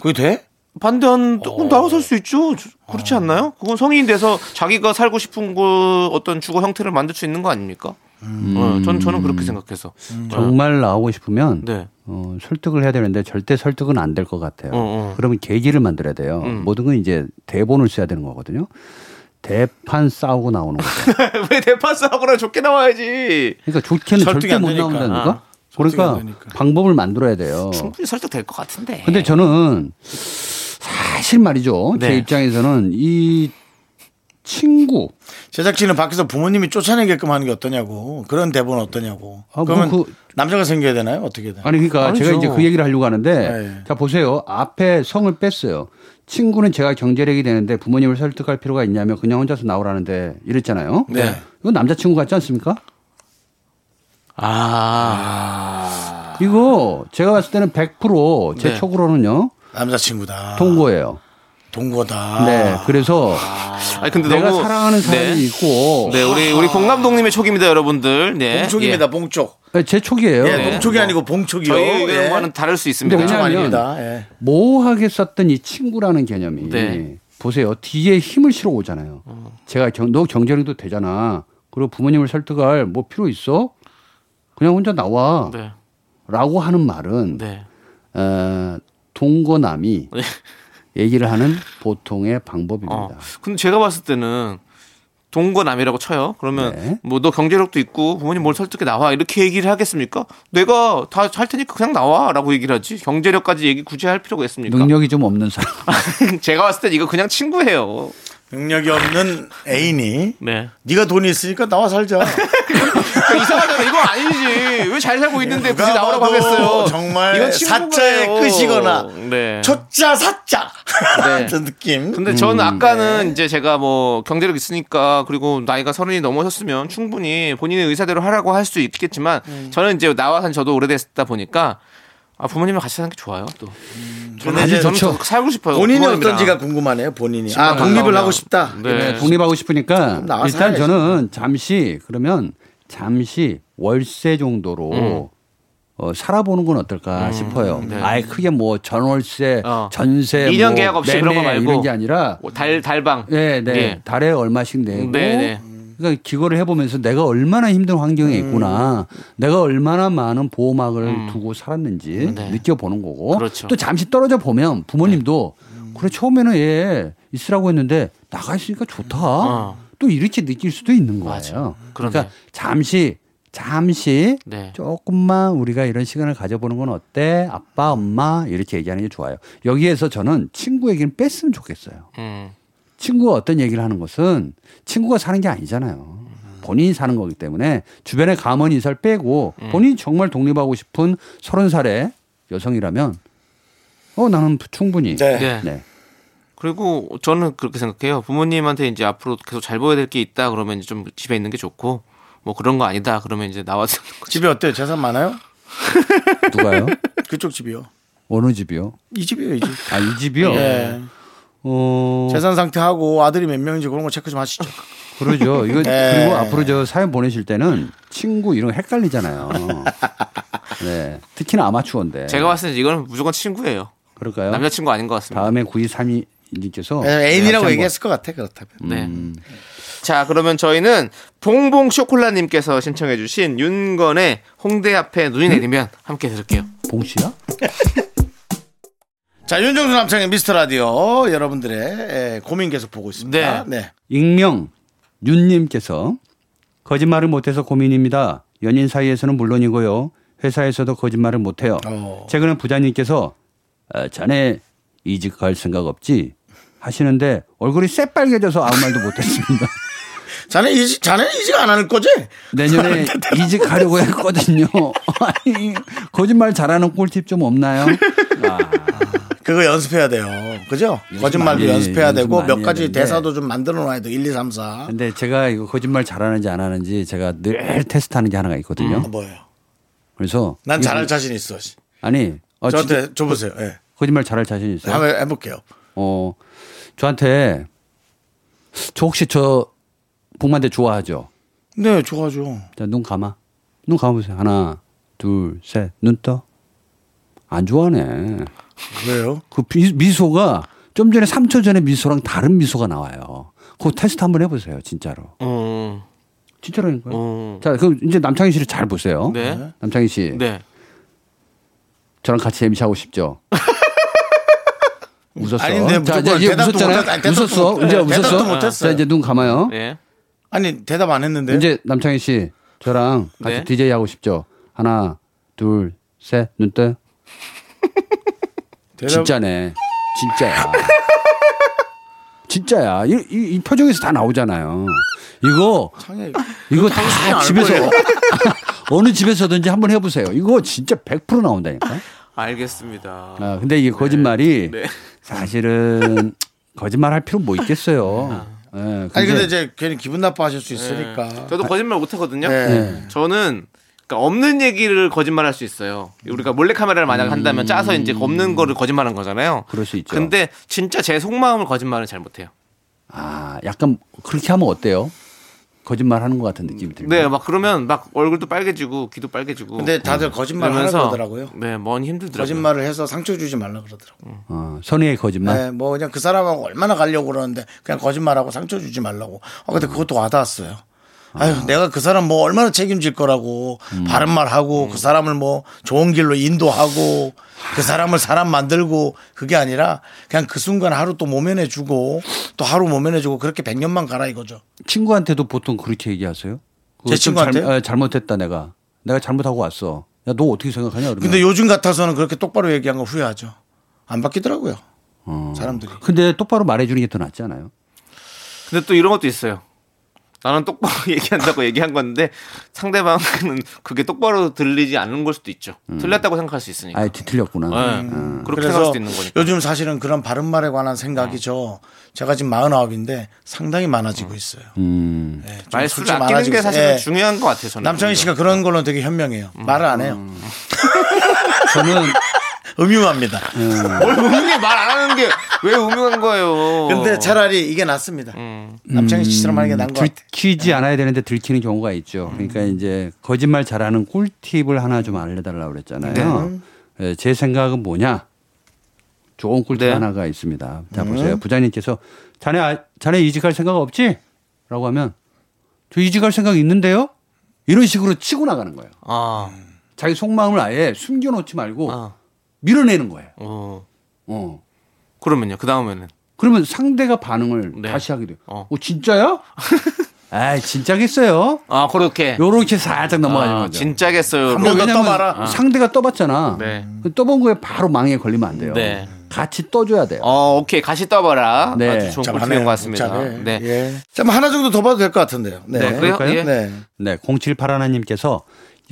Speaker 1: 그게 돼?
Speaker 2: 반대한 조금
Speaker 6: 어.
Speaker 2: 나와 살 수 있죠. 저- 그렇지 않나요? 그건 성인이 돼서 자기가 살고 싶은 그 어떤 주거 형태를 만들 수 있는 거 아닙니까?
Speaker 6: 음.
Speaker 2: 어, 저는 저는 그렇게 생각해서. 어,
Speaker 6: 정말 나오고 싶으면
Speaker 2: 네.
Speaker 6: 어, 설득을 해야 되는데 절대 설득은 안 될 것 같아요.
Speaker 2: 어, 음. 어.
Speaker 6: 그러면 계기를 만들어야 돼요. 모든 건 이제 대본을 써야 되는 거거든요. 대판 싸우고 나오는 거죠.
Speaker 2: 왜 대파스하고나 좋게 나와야지.
Speaker 6: 그러니까 좋게는
Speaker 1: 설득이
Speaker 6: 절대
Speaker 1: 안
Speaker 6: 못
Speaker 1: 되니까.
Speaker 6: 나온다니까.
Speaker 2: 아,
Speaker 1: 설득이 안
Speaker 6: 그러니까
Speaker 1: 되니까.
Speaker 6: 방법을 만들어야 돼요.
Speaker 2: 충분히 설득될 것 같은데.
Speaker 6: 근데 저는 사실 말이죠. 제
Speaker 2: 네.
Speaker 6: 입장에서는 이 친구
Speaker 1: 제작진은 밖에서 부모님이 쫓아내게끔 하는 게 어떠냐고 그런 대본 어떠냐고
Speaker 6: 아, 뭐
Speaker 1: 그러면
Speaker 6: 그-
Speaker 1: 남자가 생겨야 되나요 어떻게 되나요
Speaker 6: 아니 그러니까
Speaker 2: 아니죠.
Speaker 6: 제가 이제 그 얘기를 하려고 하는데
Speaker 1: 네.
Speaker 6: 자 보세요 앞에 성을 뺐어요 친구는 제가 경제력이 되는데 부모님을 설득할 필요가 있냐며 그냥 혼자서 나오라는데 이랬잖아요
Speaker 1: 네.
Speaker 6: 이거 남자친구 같지 않습니까
Speaker 2: 아.
Speaker 6: 이거 제가 봤을 때는 100%제
Speaker 2: 네.
Speaker 6: 촉으로는요
Speaker 1: 남자친구다
Speaker 6: 동거예요
Speaker 1: 동거다
Speaker 6: 네 그래서
Speaker 2: 아니 아. 근데
Speaker 6: 내가
Speaker 2: 너무
Speaker 6: 사랑하는 사람이
Speaker 2: 네.
Speaker 6: 있고
Speaker 2: 네, 우리 우리 봉 감독님의 촉입니다, 여러분들. 네.
Speaker 1: 봉촉입니다 봉촉
Speaker 6: 네, 제 촉이에요
Speaker 1: 예 봉촉이 아니고 봉촉이요
Speaker 2: 뭐 저희
Speaker 1: 예.
Speaker 2: 의견과는 다를 수 있습니다.
Speaker 6: 근데
Speaker 1: 봉촉
Speaker 6: 왜냐면-
Speaker 1: 아닙니다 예.
Speaker 6: 모호하게 썼던 이 친구라는 개념이
Speaker 2: 네.
Speaker 6: 보세요 뒤에 힘을 실어 오잖아요. 제가 경, 너 경제력도 되잖아. 그리고 부모님을 설득할 뭐 필요 있어? 그냥 혼자 나와라고
Speaker 2: 네.
Speaker 6: 하는 말은
Speaker 2: 네.
Speaker 6: 어, 동거남이
Speaker 2: 네.
Speaker 6: 얘기를 하는 보통의 방법입니다.
Speaker 2: 어. 근데 제가 봤을 때는 동거남이라고 쳐요. 그러면
Speaker 6: 네.
Speaker 2: 뭐 너 경제력도 있고 부모님 뭘 설득해 나와 이렇게 얘기를 하겠습니까? 내가 다 할 테니까 그냥 나와라고 얘기를 하지. 경제력까지 얘기 굳이 할 필요가 있습니까?
Speaker 6: 능력이 좀 없는 사람.
Speaker 2: 제가 봤을 땐 이거 그냥 친구예요.
Speaker 1: 능력이 없는 애인이
Speaker 2: 네.
Speaker 1: 네가 돈이 있으니까 나와 살자
Speaker 2: 그러니까 이상하잖아. 이거 아니지. 왜 잘 살고 있는데 굳이
Speaker 1: 네. 누가
Speaker 2: 나오라고
Speaker 1: 봐도
Speaker 2: 하겠어요.
Speaker 1: 정말
Speaker 2: 친구예요.
Speaker 1: 사자의 끝이거나
Speaker 2: 네.
Speaker 1: 초짜 사자
Speaker 2: 네.
Speaker 1: 같은 느낌
Speaker 2: 근데
Speaker 1: 음.
Speaker 2: 저는 아까는 이제 제가 뭐 경제력 있으니까 그리고 나이가 서른이 넘으셨으면 충분히 본인의 의사대로 하라고 할 수 있겠지만 저는 이제 나와선 저도 오래됐다 보니까 아 부모님이랑 같이 사는 게 좋아요 또 저는
Speaker 1: 이제
Speaker 2: 저는
Speaker 1: 음. 좋죠.
Speaker 2: 더 살고 싶어요
Speaker 1: 본인이
Speaker 2: 부모님이랑.
Speaker 1: 어떤지가 궁금하네요 본인이
Speaker 2: 집안
Speaker 1: 아 독립을
Speaker 2: 가까우면.
Speaker 1: 하고 싶다
Speaker 2: 네.
Speaker 6: 독립하고 싶으니까
Speaker 1: 그럼 나가서
Speaker 6: 일단
Speaker 1: 살아야지.
Speaker 6: 저는 잠시 그러면 잠시 월세 정도로
Speaker 2: 음.
Speaker 6: 어, 살아보는 건 어떨까 싶어요. 아예 크게 뭐
Speaker 2: 네.
Speaker 6: 전월세,
Speaker 2: 어.
Speaker 6: 전세,
Speaker 2: 이년
Speaker 6: 뭐
Speaker 2: 계약 없이 이런 거
Speaker 6: 매매
Speaker 2: 말고.
Speaker 6: 이런 게 아니라
Speaker 2: 어, 달 달방
Speaker 6: 네, 네.
Speaker 2: 예.
Speaker 6: 달에 얼마씩 내고
Speaker 2: 네, 네.
Speaker 6: 그러니까 기거를 해보면서 내가 얼마나 힘든 환경에 있구나,
Speaker 2: 음.
Speaker 6: 내가 얼마나 많은 보호막을 두고 살았는지
Speaker 2: 네.
Speaker 6: 느껴보는 거고,
Speaker 2: 그렇죠. 네.
Speaker 6: 또 잠시 떨어져 보면 부모님도 그래 처음에는 얘 있으라고 했는데 나가 있으니까 좋다,
Speaker 2: 어.
Speaker 6: 또 이렇게 느낄 수도 있는 거예요.
Speaker 2: 그러네.
Speaker 6: 그러니까 잠시 잠시
Speaker 2: 네.
Speaker 6: 조금만 우리가 이런 시간을 가져보는 건 어때? 아빠, 엄마 이렇게 얘기하는 게 좋아요. 여기에서 저는 친구 얘기는 뺐으면 좋겠어요.
Speaker 2: 음.
Speaker 6: 친구가 어떤 얘기를 하는 것은 친구가 사는 게 아니잖아요. 본인이 사는 거기 때문에 주변에 감언 인사를 빼고
Speaker 2: 음.
Speaker 6: 본인이 정말 독립하고 싶은 서른 살의 여성이라면 어 나는 충분히
Speaker 1: 네.
Speaker 2: 네.
Speaker 6: 네.
Speaker 2: 그리고 저는 그렇게 생각해요. 부모님한테 이제 앞으로 계속 잘 보여야 될 게 있다 그러면 이제 좀 집에 있는 게 좋고 뭐 그런 거 아니다 그러면 이제 나와서
Speaker 1: 집에 어때요? 재산 많아요?
Speaker 6: 누가요?
Speaker 1: 그쪽 집이요.
Speaker 6: 어느 집이요?
Speaker 1: 이 집이에요, 이 집.
Speaker 6: 아, 이 집이요?
Speaker 1: 예.
Speaker 2: 뭐.
Speaker 6: 어,
Speaker 1: 재산 상태하고 아들이 몇 명인지 그런 거 체크 좀 하시죠.
Speaker 6: 그러죠. 이거
Speaker 1: 네.
Speaker 6: 그리고 앞으로 저 사연 보내실 때는 친구 이런 거 헷갈리잖아요. 네. 특히나 아마추어인데.
Speaker 2: 제가 봤을 때 이거는 무조건 친구예요.
Speaker 1: 어?
Speaker 6: 그럴까요?
Speaker 2: 남자친구 아닌 것 같습니다.
Speaker 6: 다음에 9232님께서
Speaker 2: 어.
Speaker 1: 예, 애인이라고 얘기했을 것 같아, 그렇다면.
Speaker 2: 네. 자, 그러면 저희는 봉봉 쇼콜라님께서 신청해주신 윤건의 홍대 앞에
Speaker 1: 음?
Speaker 2: 눈이 내리면 함께 들을게요.
Speaker 6: 봉씨야?
Speaker 1: 자, 윤정수 남창의 미스터 라디오 여러분들의 예, 고민 계속 보고 있습니다.
Speaker 2: 네.
Speaker 1: 네.
Speaker 6: 익명 윤님께서 거짓말을 못해서 고민입니다. 연인 사이에서는 물론이고요. 회사에서도 거짓말을 못해요.
Speaker 1: 어.
Speaker 6: 최근에 부장님께서 아, 자네 이직 갈 생각 없지? 하시는데 얼굴이 새빨개져서 아무 말도 못했습니다.
Speaker 1: 자네 이직, 자네 이직 안 하는 거지?
Speaker 6: 내년에 이직하려고 했거든요. 아니, 거짓말 잘하는 꿀팁 좀 없나요?
Speaker 1: 그거 연습해야 돼요. 그죠?
Speaker 6: 연습
Speaker 1: 거짓말도
Speaker 6: 많이,
Speaker 1: 연습해야
Speaker 6: 연습
Speaker 1: 되고
Speaker 6: 많이
Speaker 1: 몇
Speaker 6: 해야
Speaker 1: 가지
Speaker 6: 되는데.
Speaker 1: 대사도 좀 만들어 놔야 돼. 1, 2, 3, 4.
Speaker 6: 근데 제가 이거 거짓말 잘하는지 안 하는지 제가 늘 테스트하는 게 하나가 있거든요.
Speaker 1: 뭐예요?
Speaker 6: 그래서
Speaker 1: 음. 난
Speaker 6: 이거-
Speaker 1: 잘할 자신 있어.
Speaker 6: 아니 어, 진짜 네.
Speaker 1: 저한테 줘보세요. 예.
Speaker 6: 거짓말 잘할 자신 있어요?
Speaker 1: 한번 해볼게요.
Speaker 6: 어, 저한테 저 혹시 저 복만대 좋아하죠?
Speaker 1: 네, 좋아죠.
Speaker 6: 자, 눈 감아. 눈 감아보세요. 하나, 둘, 셋. 눈 떠. 안 좋아하네.
Speaker 1: 왜요?
Speaker 6: 그 비- 미소가 좀 전에 3초 전에 미소랑 다른 미소가 나와요. 그거 테스트 한번 해보세요. 진짜로.
Speaker 2: 음,
Speaker 6: 진짜로니까요.
Speaker 2: 음.
Speaker 6: 자, 그럼 이제 남창희 씨를 잘 보세요.
Speaker 2: 네.
Speaker 6: 남창희 씨.
Speaker 2: 네.
Speaker 6: 저랑 같이 MC 하고 싶죠? 웃었어.
Speaker 1: 아닌데,
Speaker 6: 자,
Speaker 1: 네, 무조건
Speaker 6: 이제 이제
Speaker 1: 대답도
Speaker 6: 웃었잖아요.
Speaker 1: 못하- 아니, 대답도
Speaker 6: 웃었어.
Speaker 1: 못-
Speaker 6: 이제
Speaker 1: 대답도
Speaker 6: 웃었어.
Speaker 1: 못했어요.
Speaker 6: 자, 이제 눈 감아요.
Speaker 2: 네.
Speaker 1: 아니, 대답 안 했는데.
Speaker 6: 이제 남창희 씨 저랑 같이
Speaker 2: 네.
Speaker 6: DJ 하고 싶죠? 하나, 둘, 셋, 눈 떠.
Speaker 1: 대답-
Speaker 6: 진짜네. 진짜야. 진짜야. 이, 이, 이 표정에서 다 나오잖아요. 이거
Speaker 1: 상해.
Speaker 6: 이거 다
Speaker 1: 알
Speaker 6: 집에서
Speaker 1: 거예요.
Speaker 6: 어느 집에서든지 한번 해보세요. 이거 진짜 100% 나온다니까.
Speaker 2: 알겠습니다.
Speaker 6: 아, 근데 이게 거짓말이
Speaker 2: 네.
Speaker 6: 사실은 거짓말 할 필요 뭐 있겠어요. 예,
Speaker 1: 아니, 근데
Speaker 6: 근데
Speaker 1: 이제 괜히 기분 나빠하실 수 있으니까.
Speaker 2: 네. 저도 거짓말 못하거든요.
Speaker 1: 네.
Speaker 2: 저는 그러니까 없는 얘기를 거짓말할 수 있어요. 우리가 몰래 카메라를
Speaker 1: 음.
Speaker 2: 만약 한다면 짜서 이제 없는 거를 거짓말한 거잖아요.
Speaker 6: 그럴 수 있죠.
Speaker 2: 근데 진짜 제 속마음을 거짓말은 잘 못해요.
Speaker 6: 아, 약간 그렇게 하면 어때요? 거짓말 하는 것 같은 느낌이 들고.
Speaker 2: 네, 막 그러면 막 얼굴도 빨개지고 귀도 빨개지고.
Speaker 1: 근데 다들 거짓말 하라
Speaker 2: 그러면서
Speaker 1: 그러더라고요.
Speaker 2: 네, 뭔 힘들더라고요.
Speaker 1: 거짓말을 해서 상처 주지 말라 그러더라고.
Speaker 6: 어, 선의의 거짓말.
Speaker 1: 네, 뭐 그냥 그 사람하고 얼마나 가려고 그러는데 그냥 거짓말하고 상처 주지 말라고. 아 근데 그것도 와닿았어요. 아유, 내가 그 사람 뭐 얼마나 책임질 거라고
Speaker 2: 음.
Speaker 1: 바른 말 하고 그 사람을 뭐 좋은 길로 인도하고
Speaker 2: 아.
Speaker 1: 그 사람을 사람 만들고 그게 아니라 그냥 그 순간 하루 또 모면해 주고 또 하루 모면해 주고 그렇게 100년만 가라 이거죠.
Speaker 6: 친구한테도 보통 그렇게 얘기하세요? 그거
Speaker 1: 제
Speaker 6: 좀
Speaker 1: 친구한테요?
Speaker 6: 잘, 아, 잘못했다 내가. 내가 잘못하고 왔어. 야, 너 어떻게 생각하냐 그러면.
Speaker 2: 네.
Speaker 1: 근데 요즘 같아서는 그렇게 똑바로 얘기한 거 후회하죠. 안 바뀌더라고요. 사람들이.
Speaker 6: 어. 근데 똑바로 말해주는 게 더 낫지 않아요?
Speaker 2: 근데 또 이런 것도 있어요. 나는 똑바로 얘기한다고 얘기한 건데 상대방은 그게 똑바로 들리지 않는 걸 수도 있죠. 틀렸다고 생각할 수 있으니까.
Speaker 6: 아예 뒤틀렸구나.
Speaker 2: 네.
Speaker 6: 음.
Speaker 2: 그렇게
Speaker 1: 음.
Speaker 2: 생각할 수도 있는 거니까. 어.
Speaker 1: 요즘 사실은 그런 바른말에 관한 생각이 저 제가 지금 49인데 상당히 많아지고 있어요.
Speaker 6: 음.
Speaker 1: 예, 좀
Speaker 2: 말수를
Speaker 1: 솔직히
Speaker 2: 아끼는 게
Speaker 1: 많아지고
Speaker 2: 사실은
Speaker 1: 있어요. 예.
Speaker 2: 중요한 음. 것 같아요. 저는.
Speaker 1: 남창희 씨가 그런 걸로 되게 현명해요. 말을 안 해요.
Speaker 6: 저는
Speaker 1: 음흉합니다.
Speaker 2: 뭘 웃는 말안 하는 게 왜 음흉한 거예요.
Speaker 1: 근데 차라리 이게 낫습니다.
Speaker 2: 음.
Speaker 1: 남창희 씨처럼 하는 게 나은 것 같아요.
Speaker 6: 음,
Speaker 1: 네. 음.
Speaker 6: 들키지 않아야 되는데 들키는 경우가 있죠. 그러니까 이제 거짓말 잘하는 꿀팁을 하나 좀 알려달라고
Speaker 1: 네.
Speaker 6: 그랬잖아요. 예, 제 생각은 뭐냐? 좋은 꿀팁
Speaker 2: 네.
Speaker 6: 하나가 있습니다. 자,
Speaker 1: 음.
Speaker 6: 보세요. 부장님께서 자네, 아- 자네 이직할 생각 없지? 라고 하면 저 이직할 생각 있는데요? 이런 식으로 치고 나가는 거예요.
Speaker 2: 아,
Speaker 6: 자기 속마음을 아예 숨겨놓지 말고
Speaker 2: 아,
Speaker 6: 밀어내는 거예요.
Speaker 2: 어.
Speaker 6: 어.
Speaker 2: 그러면요. 그 다음에는
Speaker 6: 그러면 상대가 반응을
Speaker 2: 네.
Speaker 6: 다시 하게 돼요.
Speaker 2: 어.
Speaker 6: 어, 진짜요? 아, 진짜겠어요?
Speaker 2: 아 그렇게.
Speaker 6: 예. 요렇게 살짝 넘어가는
Speaker 2: 아,
Speaker 6: 거죠.
Speaker 2: 진짜겠어요. 아,
Speaker 1: 한 번 더
Speaker 6: 왜냐면
Speaker 1: 떠봐라.
Speaker 6: 상대가 떠봤잖아.
Speaker 2: 네.
Speaker 6: 그 떠본 거에 바로 망에 걸리면 안 돼요.
Speaker 2: 네.
Speaker 6: 같이 떠줘야 돼요.
Speaker 2: 어, 오케이. 가시 떠봐라.
Speaker 6: 네.
Speaker 2: 아주 좋은 꿀팁인 것 같습니다.
Speaker 1: 네.
Speaker 2: 네.
Speaker 1: 예. 자, 뭐 하나 정도 더 봐도 될 것 같은데요. 네.
Speaker 2: 네, 그래요? 예.
Speaker 1: 네.
Speaker 6: 네, 078 하나님께서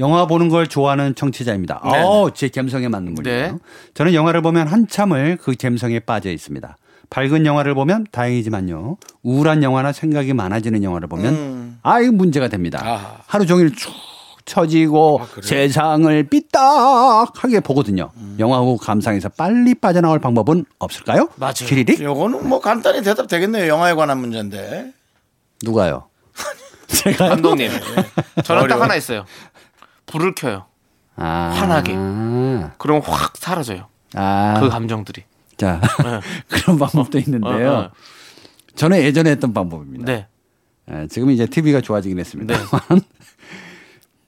Speaker 6: 영화 보는 걸 좋아하는 청취자입니다. 어, 제 감성에 맞는 분이에요.
Speaker 2: 네.
Speaker 6: 저는 영화를 보면 한참을 그 감성에 빠져 있습니다. 밝은 영화를 보면 다행이지만요. 우울한 영화나 생각이 많아지는 영화를 보면 아이 문제가 됩니다.
Speaker 1: 아하.
Speaker 6: 하루 종일 쭉 처지고 세상을 삐딱하게 보거든요. 영화하고 감상에서 빨리 빠져나올 방법은 없을까요? 맞아요. 키리리?
Speaker 1: 요거는 뭐 간단히 대답 되겠네요. 영화에 관한 문제인데.
Speaker 6: 누가요? 제가
Speaker 2: 감독님. 저는 딱 하나 있어요. 불을 켜요.
Speaker 6: 아,
Speaker 2: 환하게.
Speaker 6: 아,
Speaker 2: 그럼 확 사라져요. 그 감정들이.
Speaker 6: 자 그런 방법도 있는데요.
Speaker 2: 어, 어.
Speaker 6: 저는 예전에 했던 방법입니다.
Speaker 2: 네.
Speaker 6: 예, 지금 이제 TV가 좋아지긴 했습니다.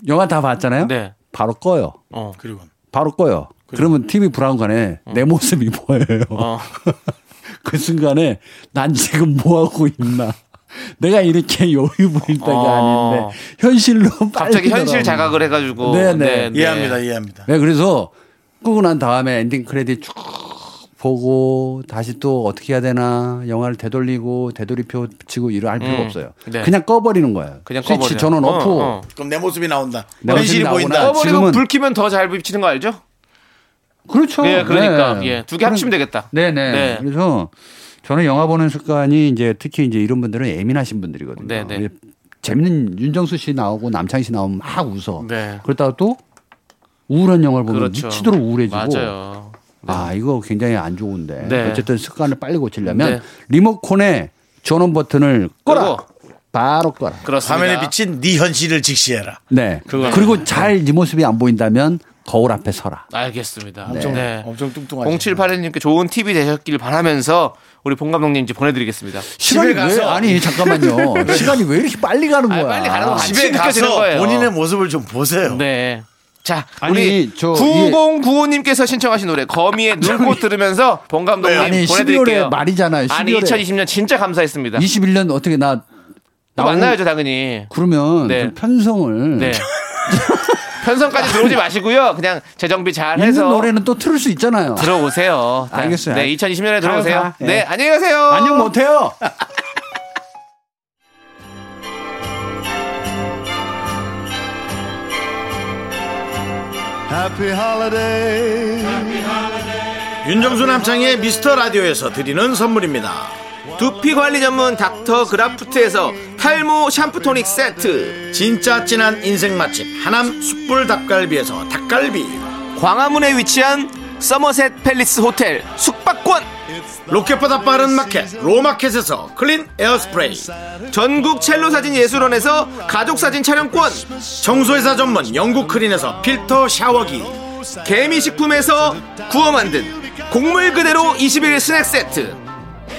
Speaker 6: 영화 다 봤잖아요.
Speaker 2: 네.
Speaker 6: 바로 꺼요.
Speaker 2: 어.
Speaker 1: 그리고
Speaker 6: 바로 꺼요. 그러면 TV 브라운관에 내 모습이 보여요.
Speaker 2: 어.
Speaker 6: 그 순간에 난 지금 뭐 하고 있나. 내가 이렇게 여유부린다가
Speaker 2: 어.
Speaker 6: 아닌데 현실로
Speaker 2: 갑자기
Speaker 6: 빨리
Speaker 2: 현실
Speaker 6: 돌아오는
Speaker 2: 자각을 해가지고.
Speaker 6: 네, 네.
Speaker 1: 이해합니다. 이해합니다.
Speaker 6: 네, 그래서 끄고 난 다음에 엔딩 크레딧 쭉 보고 다시 또 어떻게 해야 되나 영화를 되돌리고 되돌이표 치고 일을 할 필요가
Speaker 2: 음,
Speaker 6: 없어요.
Speaker 2: 네.
Speaker 6: 그냥 꺼버리는 거예요.
Speaker 2: 그냥
Speaker 6: 스위치
Speaker 2: 꺼버려요.
Speaker 6: 전원
Speaker 2: 어,
Speaker 6: 오프.
Speaker 2: 어.
Speaker 1: 그럼 내 모습이 나온다.
Speaker 6: 내 모습이
Speaker 1: 현실이
Speaker 6: 나오구나.
Speaker 1: 보인다.
Speaker 2: 꺼버리고
Speaker 6: 지금은-
Speaker 2: 불 켜면 더 잘 비치는 거 알죠?
Speaker 6: 그렇죠.
Speaker 2: 예, 그러니까.
Speaker 6: 네.
Speaker 2: 예. 두 개 합치면 되겠다.
Speaker 6: 네네.
Speaker 2: 네.
Speaker 6: 그래서 저는 영화 보는 습관이 이제 특히 이제 이런 분들은 예민하신 분들이거든요.
Speaker 2: 네네.
Speaker 6: 예, 재밌는 윤정수 씨 나오고 남창희 씨 나오면 막 웃어.
Speaker 2: 네.
Speaker 6: 그러다가 또 우울한 영화를 보면
Speaker 2: 그렇죠.
Speaker 6: 미치도록 우울해지고.
Speaker 2: 맞아요.
Speaker 6: 아, 이거 굉장히 안 좋은데.
Speaker 2: 네.
Speaker 6: 어쨌든 습관을 빨리 고치려면
Speaker 2: 네.
Speaker 6: 리모컨에 전원 버튼을 꺼라.
Speaker 2: 끄고.
Speaker 6: 바로 꺼라.
Speaker 2: 그렇습니다.
Speaker 1: 화면에 비친 네 현실을 직시해라.
Speaker 6: 네. 그리고 잘 네 모습이 안 보인다면 거울 앞에 서라.
Speaker 2: 알겠습니다.
Speaker 1: 엄청,
Speaker 2: 네.
Speaker 1: 엄청 뚱뚱하죠.
Speaker 2: 0781님께 좋은 팁이 되셨길 바라면서 우리 봉 감독님 이제 보내드리겠습니다.
Speaker 6: 시간이 왜
Speaker 1: 가서.
Speaker 6: 아니 잠깐만요. 시간이 왜 이렇게 빨리 가는
Speaker 2: 아,
Speaker 6: 거야?
Speaker 2: 빨리 가는 거 같이
Speaker 1: 집에
Speaker 2: 느껴지는
Speaker 1: 가서
Speaker 2: 거예요.
Speaker 1: 본인의 모습을 좀 보세요.
Speaker 2: 네. 자,
Speaker 6: 아니,
Speaker 2: 우리
Speaker 6: 저 예.
Speaker 2: 9095님께서 신청하신 노래 거미의 눈꽃 들으면서 봉 감독님
Speaker 6: 아니, 12월에
Speaker 2: 보내드릴게요.
Speaker 6: 말이잖아요. 네,
Speaker 2: 아니
Speaker 6: 12월에.
Speaker 2: 2020년 진짜 감사했습니다.
Speaker 6: 21년 어떻게 나
Speaker 2: 또
Speaker 6: 나오는-
Speaker 2: 만나야죠 당연히.
Speaker 6: 그러면
Speaker 2: 네.
Speaker 6: 좀 편성을
Speaker 2: 네. 편성까지 들어오지 마시고요. 그냥 재정비 잘
Speaker 6: 있는
Speaker 2: 해서
Speaker 6: 노래는 또 틀을 수 있잖아요.
Speaker 2: 들어오세요. 네.
Speaker 6: 알겠어요.
Speaker 2: 네, 2020년에 들어오세요.
Speaker 6: 가요, 가.
Speaker 2: 네,
Speaker 6: 예.
Speaker 2: 안녕히 가세요.
Speaker 6: 안녕 뭐. 못해요.
Speaker 1: 윤정수 남창의 미스터 라디오에서 드리는 선물입니다.
Speaker 2: 두피 관리 전문 닥터 그라프트에서 탈모 샴푸 토닉 세트.
Speaker 1: 진짜 진한 인생 맛집 하남 숯불 닭갈비에서 닭갈비
Speaker 2: 광화문에 위치한 서머셋 팰리스 호텔 숙박권.
Speaker 1: 로켓보다 빠른 마켓 로마켓에서 클린 에어스프레이
Speaker 2: 전국 첼로 사진 예술원에서 가족 사진 촬영권.
Speaker 1: 청소회사 전문 영국 클린에서 필터 샤워기
Speaker 2: 개미 식품에서 구워 만든 곡물 그대로 21 스낵 세트.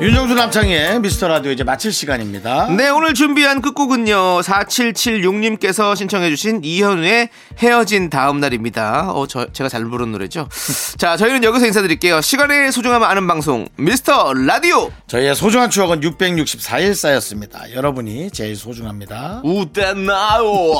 Speaker 1: 윤정수 남창의 미스터 라디오 이제 마칠 시간입니다
Speaker 2: 네, 오늘 준비한 끝곡은요. 4776님께서 신청해주신 이현우의 헤어진 다음 날입니다. 어, 저, 제가 잘 부른 노래죠. 자, 저희는 여기서 인사드릴게요. 시간의 소중함을 아는 방송, 미스터 라디오!
Speaker 1: 저희의 소중한 추억은 664일 쌓였습니다 여러분이 제일 소중합니다
Speaker 2: 우대나요!